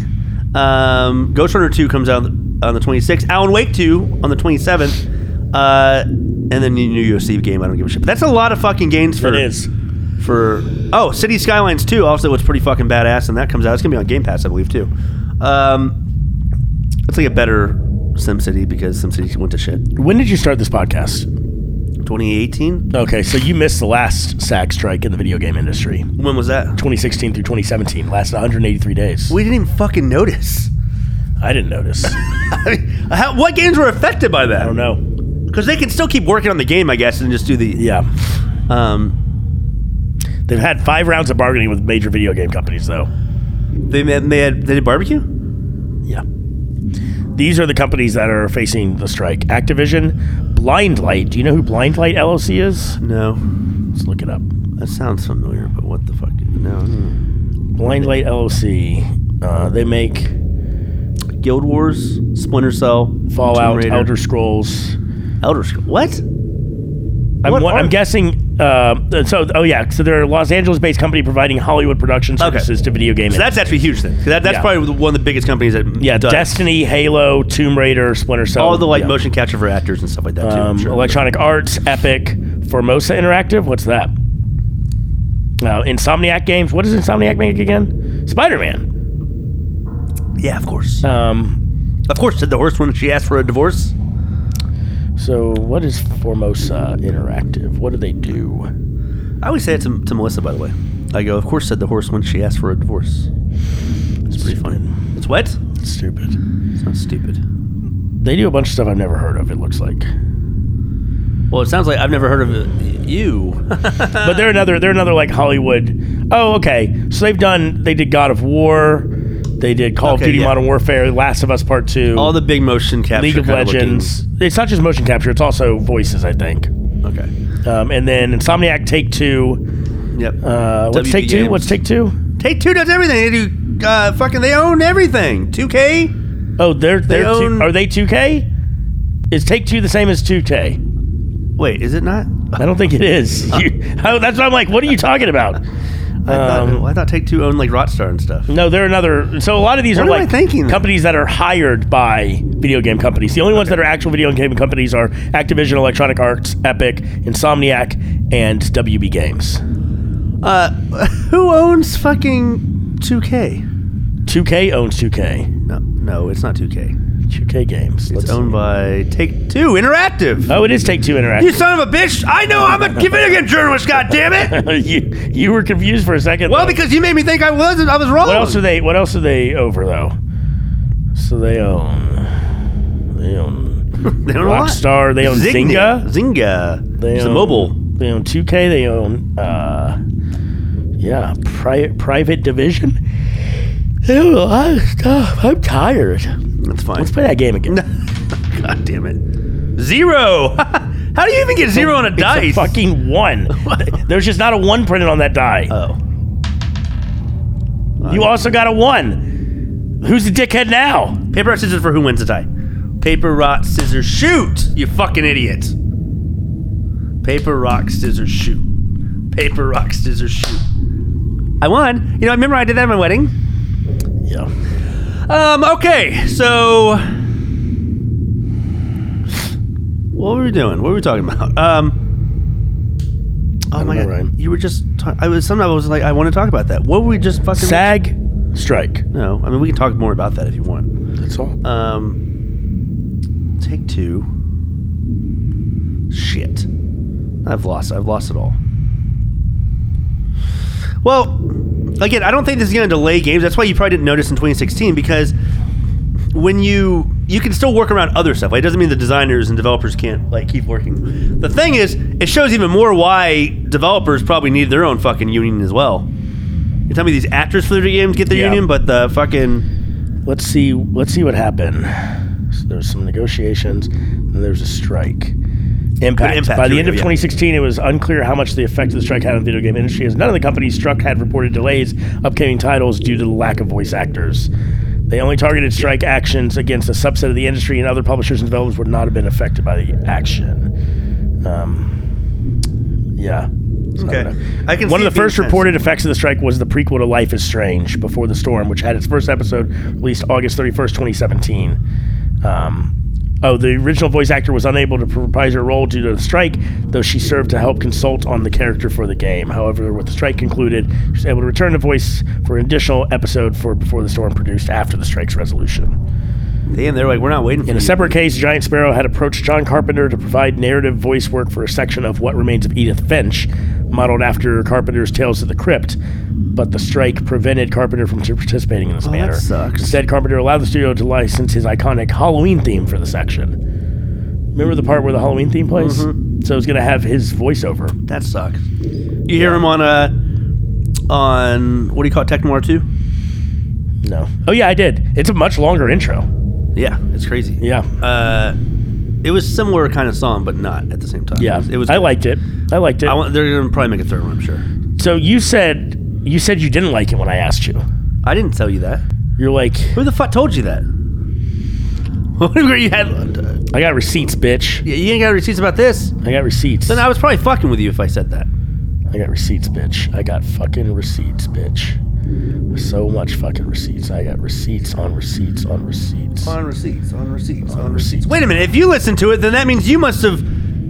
S2: Um, Ghost Runner 2 comes out on the 26th. Alan Wake 2 on the 27th. Uh, and then the new UFC game. I don't give a shit. But that's a lot of fucking games for
S1: It is.
S2: for oh City Skylines 2 also was pretty fucking badass and that comes out it's gonna be on Game Pass I believe too um it's like a better SimCity because SimCity went to shit
S1: When did you start this podcast?
S2: 2018
S1: Okay, so you missed the last SAG strike in the video game industry.
S2: when was that
S1: 2016 through 2017 lasted 183 days.
S2: we didn't even fucking notice
S1: I didn't notice.
S2: [LAUGHS] I mean How, what games were affected by that? I don't
S1: know.
S2: Because they can still keep working on the game, I guess, and just do the
S1: yeah.
S2: Um,
S1: they've had five rounds of bargaining with major video game companies, though.
S2: They made, they, had, they did barbecue.
S1: Yeah. These are the companies that are facing the strike: Activision, Blindlight. Do you know who Blindlight LLC is?
S2: No.
S1: Let's look it up.
S2: That sounds familiar, but what the fuck? No.
S1: Blindlight LLC. Uh, they make
S2: Guild Wars, Splinter Cell, Tomb
S1: Fallout,
S2: Raider.
S1: Elder Scrolls.
S2: Elder Scrolls. What?
S1: I'm,
S2: What
S1: wa- I'm
S2: are-
S1: guessing. Uh, so, oh yeah, so they're a Los Angeles-based company providing Hollywood production
S2: Okay.
S1: services to video game.
S2: So that's actually huge then. 'Cause That, that's
S1: Yeah.
S2: probably one of the biggest companies that
S1: yeah,
S2: does.
S1: Destiny, Halo, Tomb Raider, Splinter Cell,
S2: all the like
S1: yeah.
S2: motion capture for actors and stuff like that too. I'm
S1: um,
S2: sure.
S1: Electronic Arts, Epic, Formosa Interactive. What's that? Uh, Insomniac Games. What does Insomniac make again? Spider-Man.
S2: Yeah, of course.
S1: Um,
S2: Of course, did the horse when she asked for a divorce?
S1: so what is Formosa Interactive? What do they do?
S2: I always say it to, to Melissa, by the way. I go, of course, said the horse when she asked for a divorce. It's pretty funny. It's what?
S1: Stupid.
S2: It's not stupid.
S1: They do a bunch of stuff I've never heard of. It looks like.
S2: Well, it sounds like I've never heard of it. you. [LAUGHS]
S1: but they're another they're another like Hollywood. Oh, okay. So they've done they did God of War, they did Call
S2: Okay,
S1: of Duty
S2: yeah.
S1: Modern Warfare, Last of Us Part Two,
S2: All the big motion capture.
S1: League of
S2: kinda looking-
S1: Legends. It's not just motion capture; it's also voices, I think.
S2: Okay.
S1: Um, and then Insomniac Take Two.
S2: Yep.
S1: Uh, what's
S2: WB
S1: Take Two?
S2: Games.
S1: What's Take Two?
S2: Take Two does everything. They do uh, fucking. They own everything. Two K.
S1: Oh, they're
S2: They
S1: they're two,
S2: own-
S1: are they two K? Is Take Two the same as Two K?
S2: Wait, is it not?
S1: I don't think it
S2: [LAUGHS]
S1: is. You- oh, that's what I'm like. What are you talking about?
S2: I, thought,
S1: Um,
S2: well, I thought Take Two owned like Rockstar and stuff.
S1: No, they're another. So a lot of these
S2: What
S1: are
S2: am I
S1: like
S2: thinking?
S1: companies that are hired by video game companies. The only ones that are actual video game companies are Activision, Electronic Arts, Epic, Insomniac, and WB Games.
S2: Uh, [LAUGHS] who owns fucking Two K?
S1: 2K owns 2K.
S2: No, no, it's not Two K.
S1: 2K Games.
S2: It's
S1: Let's-
S2: owned by Take Two Interactive.
S1: oh, it is Take Two
S2: You
S1: Interactive.
S2: son of a bitch! I know I'm a video game journalist. God damn it!
S1: [LAUGHS] you you were confused for a second.
S2: Well,
S1: though.
S2: because you made me think I was, and I was wrong.
S1: what else are they? What else are they over though? So they own. They own.
S2: They own a lot.
S1: Rockstar. They own Zynga.
S2: Zynga.
S1: They
S2: it's
S1: own,
S2: a mobile.
S1: They own 2K. They own, uh, yeah, pri- private division. They own a lot of stuff. I'm tired.
S2: That's fine.
S1: Let's play
S2: [LAUGHS]
S1: that game again.
S2: God damn it. Zero. [LAUGHS] How do you even get zero on a
S1: It's a
S2: dice?
S1: fucking
S2: [LAUGHS]
S1: one. There's just not a one printed on that die.
S2: Oh.
S1: You also got a one. Who's the dickhead now?
S2: Paper, rock, scissors for who wins the tie. Paper, rock, scissors, shoot! You fucking idiot. Paper, rock, scissors, shoot. Paper, rock, scissors, shoot. I won. You know, I remember I did that at my wedding.
S1: Yeah.
S2: Um, okay, so. What were we doing? What were we talking about? Um. Oh
S1: don't
S2: my
S1: know,
S2: god!
S1: Ryan.
S2: You were just. Ta- I was. Sometimes I was like, I want to talk about that. What were we just fucking?
S1: SAG strike.
S2: No, I mean we can talk more about that if you want.
S1: That's all.
S2: Um, take two. Shit, I've lost. I've lost it all. Well, again, I don't think this is going to delay games. That's why you probably didn't notice in 2016 because when you you can still work around other stuff. Like, it doesn't mean the designers and developers can't like keep working. The thing is, it shows even more why developers probably need their own fucking union as well. You tell me these actors for their games get their
S1: Yeah.
S2: union, but the fucking
S1: Let's see. Let's see what happened. So there was some negotiations, and there was a strike. Impact.
S2: Impact,
S1: By the
S2: here
S1: end of
S2: we go, yeah.
S1: 2016, it was unclear how much the effect of the strike had on the video game industry, as none of the companies struck had reported delays upcoming titles due to the lack of voice actors. They only targeted strike actions against a subset of the industry, and other publishers and developers would not have been affected by the action. Um, yeah. So I
S2: Okay.
S1: don't know.
S2: I can
S1: One
S2: see
S1: of
S2: it
S1: the
S2: being
S1: first
S2: intense.
S1: reported effects of the strike was the prequel to Life is Strange, Before the Storm, which had its first episode released August 31st, 2017. Um, oh, the original voice actor was unable to reprise her role due to the strike, though she served to help consult on the character for the game. However, with the strike concluded, she was able to return to voice for an additional episode for Before the Storm produced after the strike's resolution.
S2: damn, they're like, we're not waiting for
S1: In a
S2: you.
S1: separate case, Giant Sparrow had approached John Carpenter to provide narrative voice work for a section of What Remains of Edith Finch, modeled after Carpenter's Tales of the Crypt, but the strike prevented Carpenter from participating in this
S2: Oh, that
S1: manner.
S2: sucks.
S1: Instead, Carpenter allowed the studio to license his iconic Halloween theme for the section. Remember the part where the Halloween theme plays?
S2: Mm-hmm.
S1: So it's going to have his voiceover.
S2: That sucks. You hear him on a on what do you call it, Technoir two?
S1: No. Oh yeah, I did. It's a much longer intro.
S2: Yeah, it's crazy.
S1: Yeah.
S2: Uh, it was similar kind of song, but not at the same time.
S1: Yeah,
S2: it was. It was
S1: I liked it. I liked it.
S2: I want, they're gonna probably make a third one, I'm sure.
S1: so you said you said you didn't like it when I asked you.
S2: I didn't tell you that.
S1: You're like, who
S2: the fuck told you that? [LAUGHS] Whatever you had.
S1: I got receipts, bitch.
S2: Yeah, you ain't got receipts about this.
S1: I got receipts.
S2: Then I was probably fucking with you if I said that.
S1: I got receipts, bitch. I got fucking receipts, bitch. So much fucking receipts. I got receipts on receipts on receipts.
S2: On receipts, on receipts, on
S1: receipts.
S2: Wait a minute. If you listen to it, then that means you must have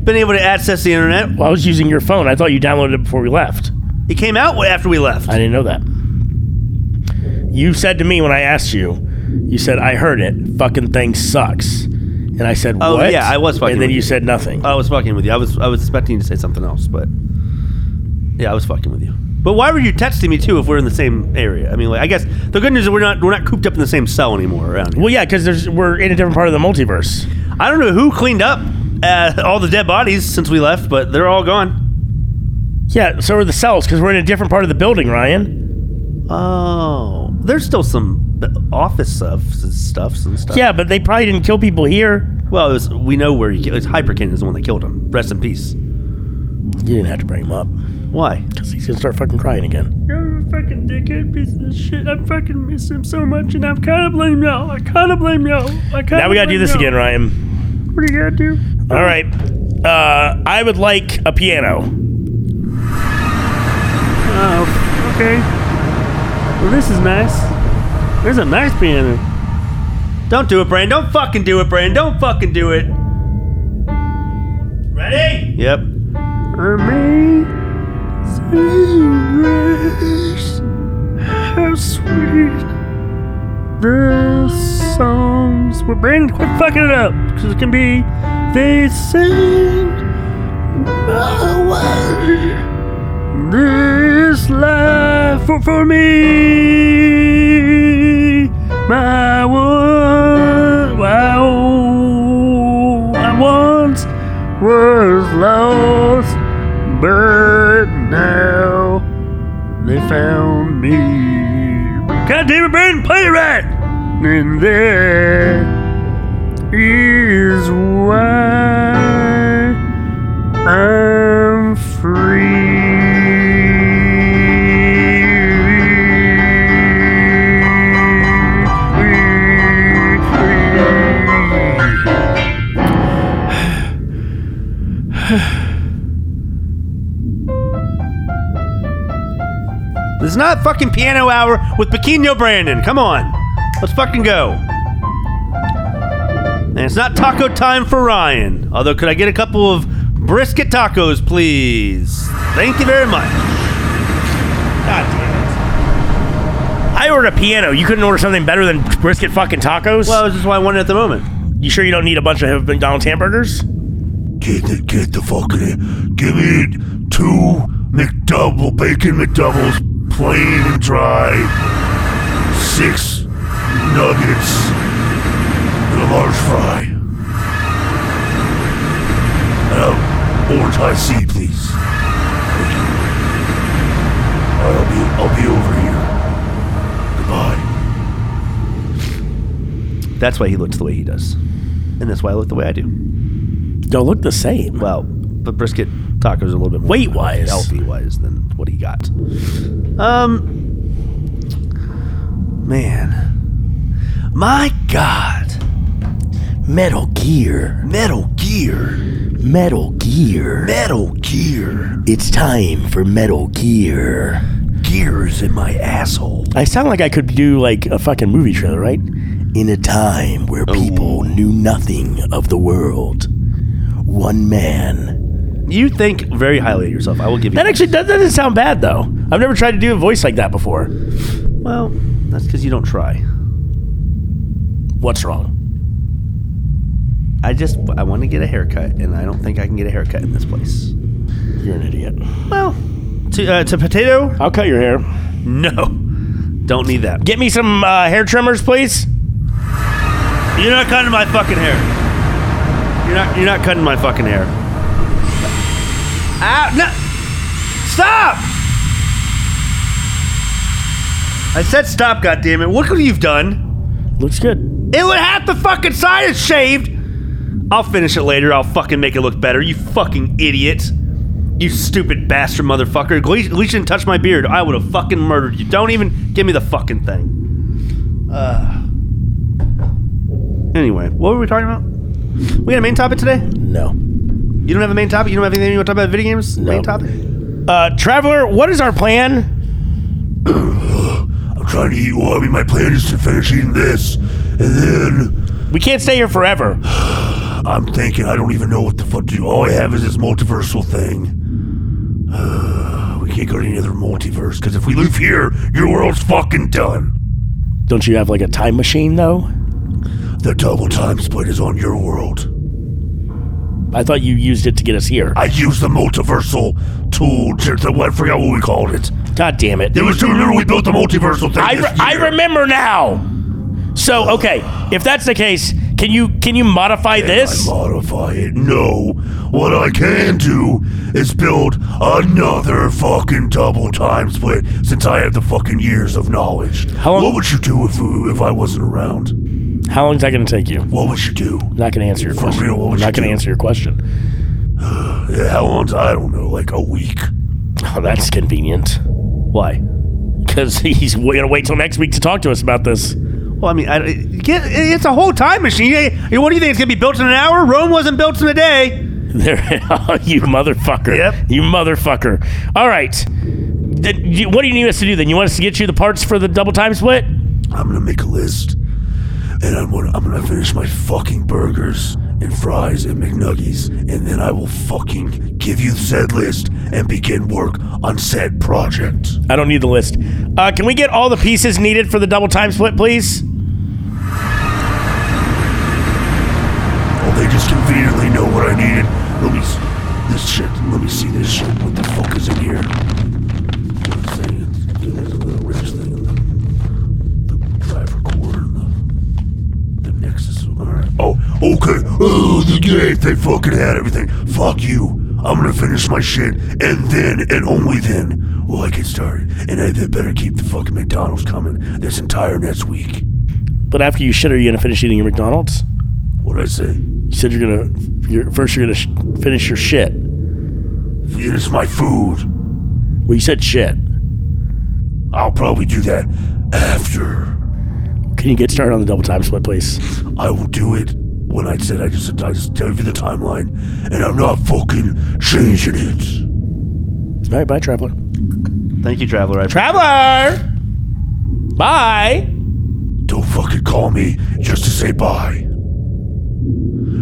S2: been able to access the internet.
S1: Well, I was using your phone. I thought you downloaded it before we left.
S2: It came out after we left.
S1: I didn't know that. You said to me when I asked you, you said, I heard it. Fucking thing sucks. And I said,
S2: Oh,
S1: what?
S2: yeah, I was fucking Oh.
S1: And then
S2: with
S1: you
S2: you.
S1: said nothing.
S2: I was fucking with you. I was I was expecting you to say something else, but yeah, I was fucking with you. But why were you texting me too if we're in the same area? I mean, like I guess the good news is we're not we're not cooped up in the same cell anymore around here.
S1: Well, yeah, because we're in a different part of the multiverse.
S2: I don't know who cleaned up uh, all the dead bodies since we left, but they're all gone.
S1: Yeah, so are the cells because we're in a different part of the building, Ryan.
S2: Oh, there's still some office stuff, stuffs and stuff.
S1: Yeah, but they probably didn't kill people here.
S2: Well, it was, we know where he, ki- it's Hyperkin is the one that killed him. Rest in peace.
S1: You didn't have to bring him up
S2: Why?
S1: because he's gonna start fucking crying again.
S4: You're a fucking dickhead piece of shit. I fucking miss him so much, and I kind of blame y'all. I kind of blame y'all. I kind
S1: Now we gotta do this again, Ryan.
S4: What do you gotta do?
S1: All right, uh, I would like a piano.
S4: Oh, okay. Well, this is nice. There's a nice piano.
S2: Don't do it, Brain. Don't fucking do it, Brain. Don't fucking do it. Ready? Yep.
S4: How sweet the songs were. Brandon, quit fucking it up. Because it can be. They sing my way. This life for, for me. My one. Wow. I once was lost, but now they found me. God damn it, Brandon, play it right! And there is why I'm free.
S2: This is not fucking piano hour with Pequeno Brandon. Come on. Let's fucking go. And it's not taco time for Ryan. Although, could I get a couple of brisket tacos, please? Thank you very much. God damn
S1: it. I ordered a piano. You couldn't order something better than brisket fucking tacos.
S2: Well, this is what I wanted at the moment.
S1: You sure you don't need a bunch of McDonald's hamburgers?
S3: Get the, get the fuck in here. Give me two McDouble, bacon McDoubles, plain and dry, six nuggets, and a large fry. And a orange high C, please. Thank you. All right, I'll be, I'll be over here. Goodbye.
S2: That's why he looks the way he does. And that's why I look the way I do.
S1: Don't look the same.
S2: Well, the brisket tacos are a little bit more
S1: Weight-wise.
S2: healthy wise than what he got. Um, man, my God,
S1: Metal Gear.
S2: Metal Gear,
S1: Metal Gear.
S2: Metal Gear,
S1: It's time for Metal Gear.
S2: gears in my asshole.
S1: I sound like I could do like a fucking movie trailer, right? Oh. In a time where people knew nothing of the world, one man.
S2: You think very highly of yourself. I will give you
S1: That actually that doesn't sound bad though. I've never tried to do a voice like that before.
S2: Well, that's because you don't try.
S1: What's wrong?
S2: I just I want to get a haircut, and I don't think I can get a haircut in this place.
S1: You're an idiot.
S2: Well, to, uh, to potato.
S1: I'll cut your hair.
S2: No, don't need that.
S1: Get me some uh, hair trimmers, please.
S2: You're not cutting my fucking hair. You're not. You're not cutting my fucking hair. Ow! No! Stop! I said stop. God damn it! Look what you've done.
S1: Looks good.
S2: It would have the fucking side is shaved. I'll finish it later. I'll fucking make it look better. You fucking idiot. You stupid bastard motherfucker. At least, at least you didn't touch my beard. I would have fucking murdered you. Don't even give me the fucking thing. Uh. Anyway, what were we talking about? We had a main topic today?
S1: No.
S2: You don't have a main topic? You don't have anything you want to talk about video games? Main topic?
S1: Uh, Traveler, what is our plan?
S3: I'm trying to eat well. I mean, my plan is to finish eating this, and then
S1: we can't stay here forever.
S3: I'm thinking. I don't even know what the fuck to do. All I have is this multiversal thing. we can't go to any other multiverse because if we leave here, your world's fucking done.
S1: Don't you have like a time machine though?
S3: The double time split is on your world.
S1: I thought you used it to get us here.
S3: I used the multiversal tool. to- to- I forgot what we called it.
S1: God damn it!
S3: It was to remember we built the multiversal thing.
S1: I, re-
S3: this
S1: I
S3: year.
S1: remember now. So okay, if that's the case, can you can you modify this?
S3: modify it. No. What I can do is build another fucking double time split since I have the fucking years of knowledge.
S1: How long-
S3: What would you do if if I wasn't around?
S1: How long is that going to take you?
S3: What would you do?
S1: I'm not going to answer your
S3: For
S1: question.
S3: real, what would
S1: I'm not
S3: you
S1: going to
S3: do?
S1: answer your
S3: [LAUGHS]
S1: question.
S3: Yeah, How long's I don't know, like a week.
S1: Oh, that's convenient. Why? Because he's going to wait till next week to talk to us about this. [LAUGHS]
S2: Well, I mean, I, it- get- it's a whole time machine. Hey, What do you think? It's going to be built in an hour? Rome wasn't built in a day.
S1: There, oh, you motherfucker.
S2: Yep.
S1: You motherfucker. All right. Th- you- what do you need us to do then? You want us to get you the parts for the double time split?
S3: I'm gonna make a list, and I'm gonna I'm gonna finish my fucking burgers and fries and McNuggies, and then I will fucking give you said list and begin work on said project.
S1: I don't need the list. Uh, can we get all the pieces needed for the double time split, please?
S3: Oh, they just conveniently know what I needed. Let me s this shit. Let me see this shit. What the fuck is in here? Let's see. Let's do this little wrench thing and the, the driver cord and the, the nexus. All right. Oh, okay. Oh, the gate. They fucking had everything. Fuck you. I'm gonna finish my shit, and then, and only then, will I get started. And I, they better keep the fucking McDonald's coming this entire next week.
S1: But after you shit, are you going to finish eating your McDonald's?
S3: What I say?
S1: You said you're going to, you're, first you're going to sh- finish your shit.
S3: Finish my food.
S1: Well, you said shit.
S3: I'll probably do that after.
S1: Can you get started on the double time split, please?
S3: I will do it when I said I just I just tell you the timeline, and I'm not fucking changing it.
S1: All right, bye, Traveler.
S2: Thank you, Traveler. I
S1: Traveler! Bye!
S3: Don't fucking call me just to say bye.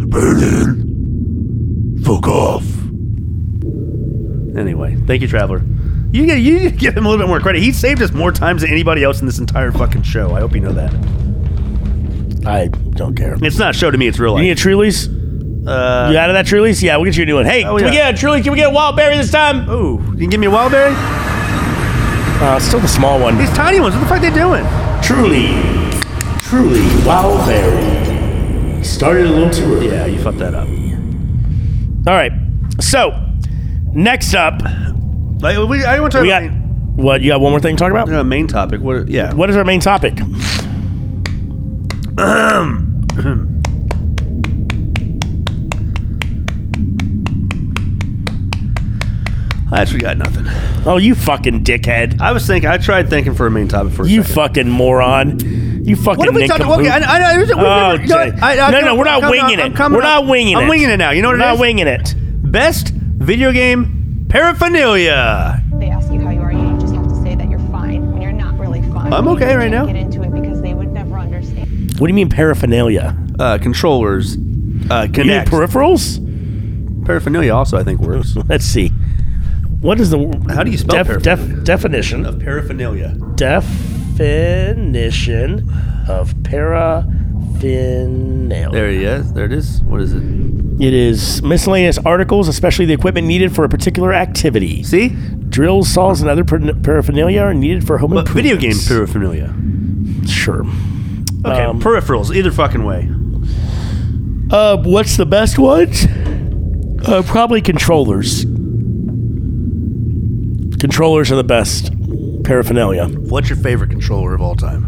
S3: Brandon, fuck off.
S2: Anyway, thank you, Traveler. You get you need to give him a little bit more credit. He saved us more times than anybody else in this entire fucking show. I hope you know that.
S1: I don't care.
S2: It's not a show to me. It's real
S1: You need a
S2: life.
S1: Truly's?
S2: Uh,
S1: You out of that Truly's? Yeah, we'll get you a new one. Hey,
S2: Oh,
S1: can we
S2: yeah.
S1: get a Truly? Can we get a wild berry this time?
S2: Ooh, you can give me a wild berry?
S1: Uh, still the small one.
S2: These tiny ones. What the fuck they doing?
S1: Truly, truly wild berry. Started a little too early.
S2: Yeah, you fucked that up.
S1: All right. So, next up,
S2: Like, we, I want to talk
S1: we
S2: about
S1: got what? You got one more thing to talk about?
S2: main, uh, main topic. What? Yeah.
S1: What is our main topic?
S2: I actually got nothing.
S1: Oh, you fucking dickhead!
S2: I was thinking. I tried thinking for a main topic for a
S1: You
S2: second.
S1: fucking moron! You fucking
S2: What have we talked about? Okay, I,
S1: nincompoop.
S2: I, I, we
S1: Oh,
S2: never- you know what?
S1: Jay.
S2: I, I,
S1: no, no, we're not
S2: I'm coming
S1: winging
S2: up- I'm
S1: it.
S2: coming
S1: We're
S2: up.
S1: not winging it.
S2: I'm winging it now. You know what
S1: we're
S2: it
S1: not
S2: is?
S1: winging it.
S2: Best video game paraphernalia.
S12: They ask you how you are, you just have to say that you're fine when you're not really fine.
S2: I'm okay
S12: You
S2: right now.
S12: can't Get into it because they would never understand.
S1: What do you mean paraphernalia?
S2: Uh, controllers. Uh,
S1: You mean
S2: connect.
S1: peripherals?
S2: paraphernalia also, I
S1: [LAUGHS]
S2: think, works.
S1: Let's see. What is the
S2: How do you spell
S1: def,
S2: paraphernalia?
S1: def, definition?
S2: Of paraphernalia.
S1: definition of paraphernalia. Seven. Nailed.
S2: There he is. There it is. What is it?
S1: It is miscellaneous articles, especially the equipment needed for a particular activity.
S2: See?
S1: Drills, saws, and other par- paraphernalia are needed for home
S2: But video game
S1: improvements.
S2: paraphernalia.
S1: Sure.
S2: Okay,
S1: Um,
S2: peripherals. Either fucking way.
S1: Uh, what's the best ones? Uh, probably controllers. Controllers are the best paraphernalia.
S2: What's your favorite controller of all time?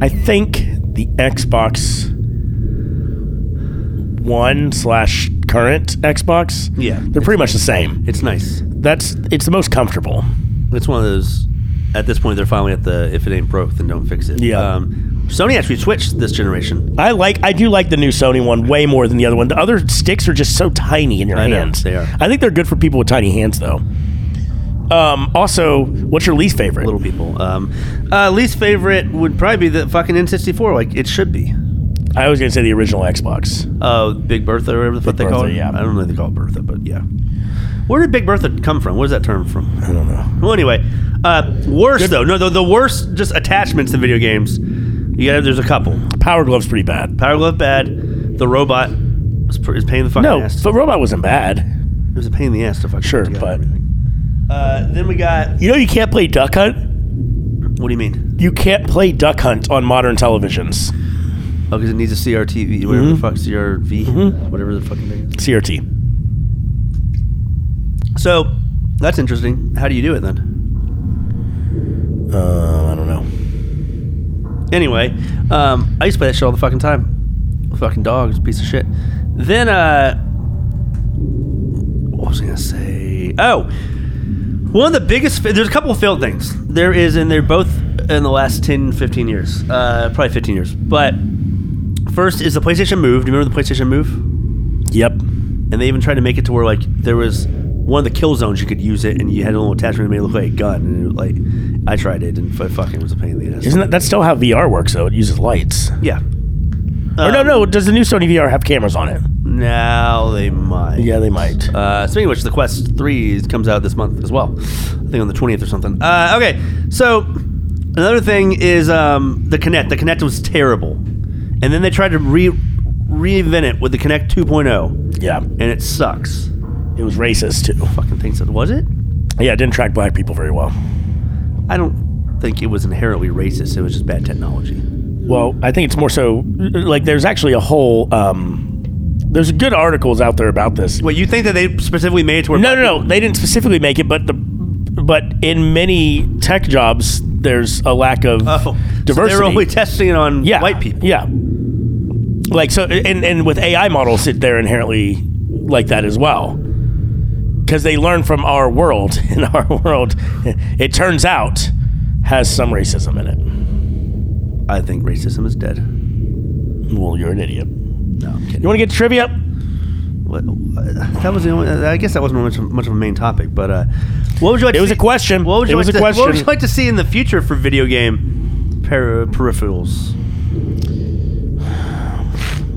S1: I think the Xbox One slash current Xbox.
S2: Yeah.
S1: they're pretty much the same.
S2: It's nice.
S1: That's it's the most comfortable.
S2: It's one of those. At this point, they're finally at the if it ain't broke, then don't fix it.
S1: Yeah.
S2: Um, Sony actually switched this generation.
S1: I like I do like the new Sony one way more than the other one. The other sticks are just so tiny in your
S2: I know,
S1: hands.
S2: they are.
S1: I think they're good for people with tiny hands though. Um, also, what's your least favorite?
S2: Little people. Um, uh, least favorite would probably be the fucking N64. Like it should be.
S1: I was gonna say the original Xbox.
S2: Uh, Big Bertha or whatever the fuck
S1: Big
S2: they call
S1: Bertha,
S2: it.
S1: yeah.
S2: I don't know if they call it Bertha, but yeah. Where did Big Bertha come from? Where's that term from?
S1: I don't know.
S2: Well, anyway, uh, worse though. No, the, the worst just attachments in video games. You got there's a couple.
S1: Power Glove's pretty bad.
S2: Power glove bad. The robot is, pr- is paying the fucking
S1: No,
S2: ass.
S1: but Robot wasn't bad.
S2: It was a pain in the ass to fucking put
S1: Sure,
S2: together
S1: but
S2: everything. Uh, then we got.
S1: you know you can't play Duck Hunt.
S2: What do you mean?
S1: You can't play Duck Hunt on modern televisions.
S2: Oh, because it needs a CRTV, whatever
S1: Mm-hmm.
S2: the fuck, CRV, whatever the fucking thing. is.
S1: CRT.
S2: So that's interesting. How do you do it then?
S1: Uh, I don't know.
S2: Anyway, um, I used to play that shit all the fucking time. Fucking dogs, piece of shit. Then uh, what was I gonna say? Oh, one of the biggest. fa- There's a couple of failed things. There is, and they're both in the last 10, 15 years. Uh, probably 15 years. But first is the PlayStation Move. Do you remember the PlayStation Move?
S1: Yep.
S2: and they even tried to make it to where like there was one of the kill zones you could use it, and you had a little attachment that made it look like a gun. And it, was like, I tried it, and fu- fucking it was a pain in the ass.
S1: Isn't that that's still how VR works though? It uses lights.
S2: Yeah.
S1: or no,
S2: Um,
S1: no. Does the new Sony VR have cameras on it?
S2: Now they might.
S1: Yeah, they might.
S2: Uh, speaking of which, the Quest Three is- comes out this month as well. I think on the twentieth or something. Uh, okay, so another thing is um, the Kinect. The Kinect was terrible, and then they tried to re reinvent it with the Kinect 2.0,
S1: Yeah.
S2: and it sucks.
S1: It was racist too.
S2: Fucking things. that- Was it?
S1: Yeah, it didn't track black people very well.
S2: I don't think it was inherently racist. It was just bad technology.
S1: Well, I think it's more so like there's actually a whole um there's good articles out there about this.
S2: Wait, you think that they specifically made it to where?
S1: No, no, no. They didn't specifically make it, but the but in many tech jobs there's a lack of
S2: Oh,
S1: diversity.
S2: So they're only testing it on
S1: yeah,
S2: white people.
S1: Yeah. Like so, and and with AI models, it, they're inherently like that as well, because they learn from our world. [LAUGHS] In our world, it turns out has some racism in it.
S2: I think racism is dead.
S1: Well, you're an idiot.
S2: No, I'm kidding.
S1: You want to get to trivia?
S2: What, that was the only. I guess that wasn't much of, much of a main topic, but uh, what would you like?
S1: It
S2: to
S1: was
S2: see,
S1: a question.
S2: What would you
S1: it
S2: like
S1: was
S2: to,
S1: a question.
S2: What would you like to see in the future for video game per, peripherals?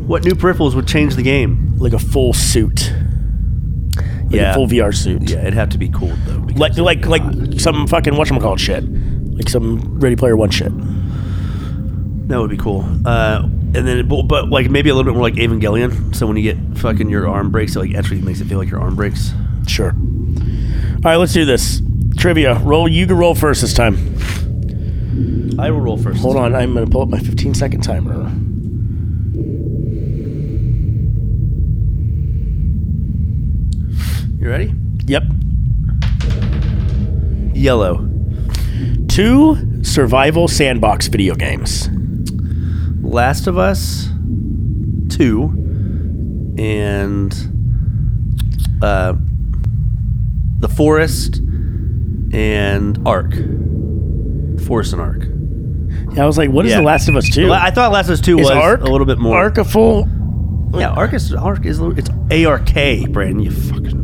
S2: What new peripherals would change the game?
S1: like a full suit, like a full VR suit,
S2: Yeah, it'd have to be cool though. because
S1: like
S2: they're
S1: like like
S2: not.
S1: some fucking whatchamacallit shit, like some Ready Player One shit.
S2: That would be cool. Uh, and then, but, but like maybe a little bit more like Evangelion. So when you get fucking your arm breaks, it like actually makes it feel like your arm breaks.
S1: Sure. All right, let's do this trivia. Roll. You can roll first this time.
S2: I will roll first.
S1: Hold on, I'm gonna pull up my 15 second timer.
S2: You ready?
S1: Yep.
S2: Yellow,
S1: Two survival sandbox video games.
S2: Last of Us, two, and uh, The Forest and Ark. Forest and Ark.
S1: I was like, what is
S2: Yeah.
S1: The Last of Us 2?
S2: I thought Last of Us two
S1: is
S2: was
S1: Ark
S2: a little bit more.
S1: Ark a full?
S2: Yeah, Ark is Ark is a little- it's A R K, Brandon. You fucking.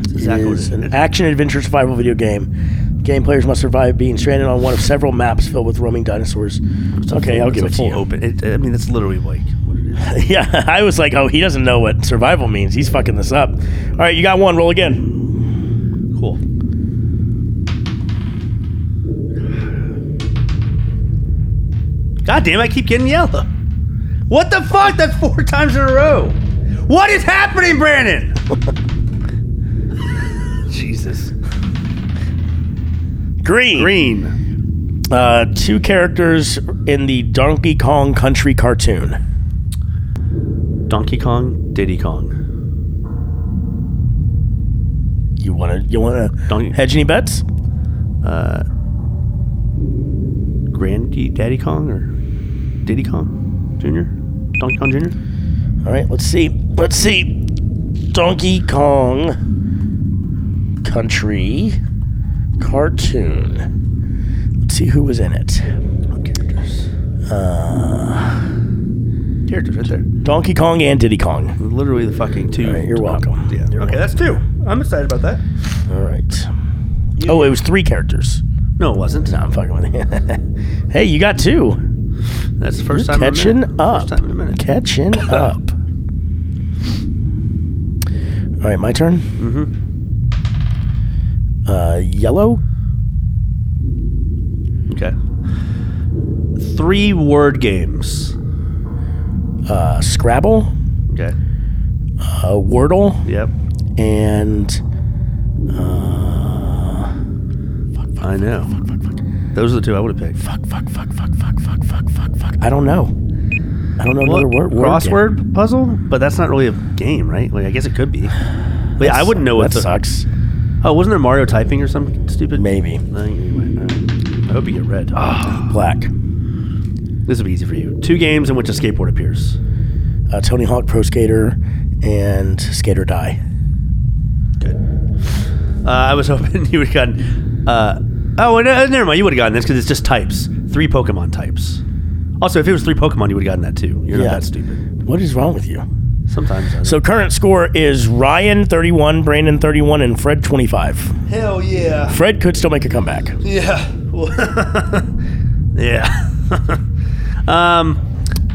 S2: That's exactly
S1: it
S2: what
S1: is
S2: it
S1: an action adventure survival video game. Game players must survive being stranded on one of several maps filled with roaming dinosaurs. Okay, I'll
S2: It's
S1: give
S2: a
S1: it to
S2: full
S1: you.
S2: Open. It, I mean, that's literally like what it
S1: [LAUGHS]
S2: is.
S1: Yeah, I was like, oh, he doesn't know what survival means. He's fucking this up. All right, you got one. Roll again.
S2: Cool. God damn! it, I keep getting yellow. What the fuck? That's four [LAUGHS] times in a row. What is happening, Brandon? Jesus.
S1: Green.
S2: Green.
S1: Uh, two characters in the Donkey Kong Country cartoon.
S2: Donkey Kong, Diddy Kong.
S1: You wanna you wanna
S2: Donkey.
S1: hedge any bets?
S2: Uh, Grandy Daddy Kong or Diddy Kong Jr. Donkey Kong Jr.
S1: All right, let's see. Let's see. Donkey Kong Country cartoon. Let's see who was in it.
S2: Characters.
S1: Uh,
S2: Characters right there.
S1: Donkey Kong and Diddy Kong.
S2: Literally the fucking two.
S1: All right, you're welcome.
S2: Yeah.
S1: You're
S2: Okay, that's two. I'm excited about that.
S1: welcome. All right. Oh, it was three characters.
S2: No, it wasn't.
S1: No, I'm fucking with you. [LAUGHS] hey, you got two.
S2: That's the
S1: You're
S2: 1st time. in a
S1: catching
S2: minute.
S1: up.
S2: First time in a minute.
S1: Catching
S2: [LAUGHS]
S1: up. All right, my turn.
S2: Mm-hmm.
S1: Uh, yellow.
S2: Okay. Three word games.
S1: Uh, Scrabble.
S2: Okay.
S1: Uh, Wordle.
S2: Yep.
S1: and
S2: I know. Those are the two I would have picked.
S1: fuck, fuck, fuck, fuck, fuck, fuck, fuck, fuck, fuck. I don't know. I don't know
S2: Well,
S1: another word. word
S2: crossword puzzle, but that's not really a game, right? Like I guess it
S1: [SIGHS]
S2: could be. But yeah, I wouldn't know
S1: That
S2: what the
S1: sucks.
S2: Oh, wasn't there Mario typing or something stupid?
S1: Maybe
S2: I think- anyway, all right. I hope you get red. Ah,
S1: black.
S2: this will be easy for you. Two games in which a skateboard appears.
S1: Uh, Tony Hawk Pro Skater and Skater Die.
S2: Uh, I was [LAUGHS] hoping you would have gotten. Uh, oh, well, no, never mind. You would have gotten this because it's just types. Three Pokemon types. Also, if it was three Pokemon, you would have gotten that too. You're
S1: Yeah.
S2: not that stupid.
S1: What is wrong with you?
S2: Sometimes. I
S1: So current score is Ryan 31, Brandon 31, and Fred 25.
S2: hell yeah,
S1: Fred could still make a comeback.
S2: yeah, [LAUGHS] yeah. [LAUGHS] um,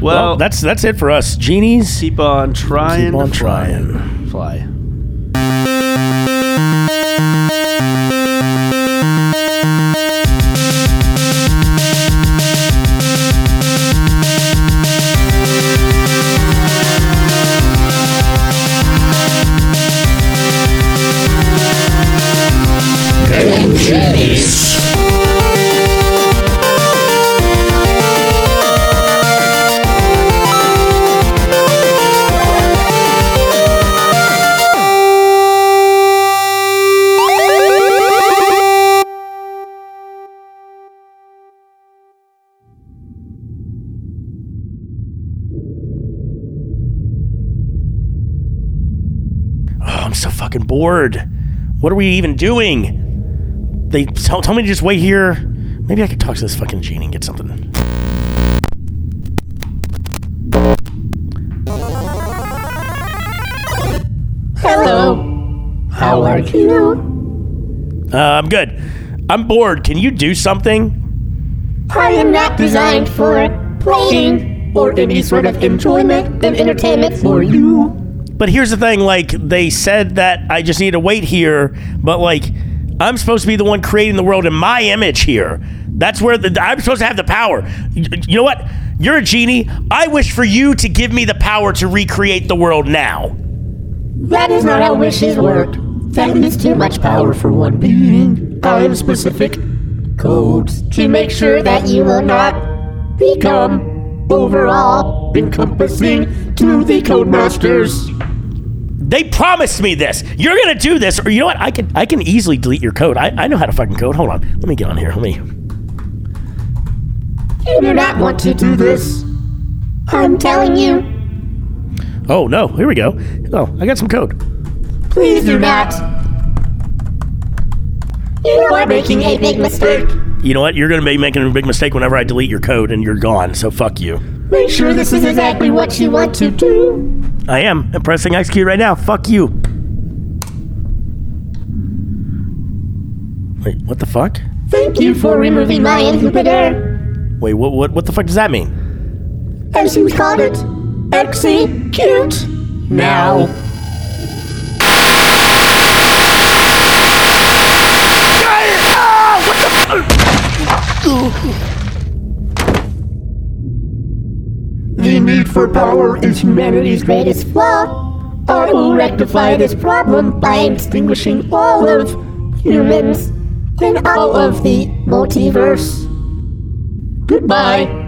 S2: well,
S1: Well, that's that's it for us. Genies,
S2: keep on trying.
S1: keep on
S2: to fly.
S1: trying.
S2: Fly.
S1: Oh, I'm so fucking bored. What are we even doing? They tell, tell me to just wait here. Maybe I could talk to this fucking genie and get something.
S13: How are you?
S1: Uh, I'm good. I'm bored. Can you do something?
S13: I am not designed for playing or any sort of enjoyment and entertainment for you.
S1: But here's the thing like, they said that I just need to wait here, but like, I'm supposed to be the one creating the world in my image here. That's where the, I'm supposed to have the power. Y- You know what? You're a genie. I wish for you to give me the power to recreate the world now.
S13: That is not how wishes work. That is too much power for one being. I have specific codes to make sure that you will not become overall encompassing to the Codemasters.
S1: They promised me this. You're gonna do this, or you know what? I can I can easily delete your code. I, I know how to fucking code. Hold on. Let me get on here. Let me.
S13: You do not want to do this. I'm telling you.
S1: Oh no, here we go. Oh, I got some code.
S13: Please do not. You are making a big mistake.
S1: You know what? You're gonna be making a big mistake whenever I delete your code and you're gone. So fuck you.
S13: Make sure this is exactly what you want to do.
S1: I am. I'm pressing execute right now. Fuck you. Wait, what the fuck?
S13: Thank you for removing my inhibitor,
S1: Wait, what what what the fuck does that mean?
S13: as you called it. Execute now. for power is humanity's greatest flaw. I will rectify this problem by extinguishing all of humans and all of the multiverse. Goodbye.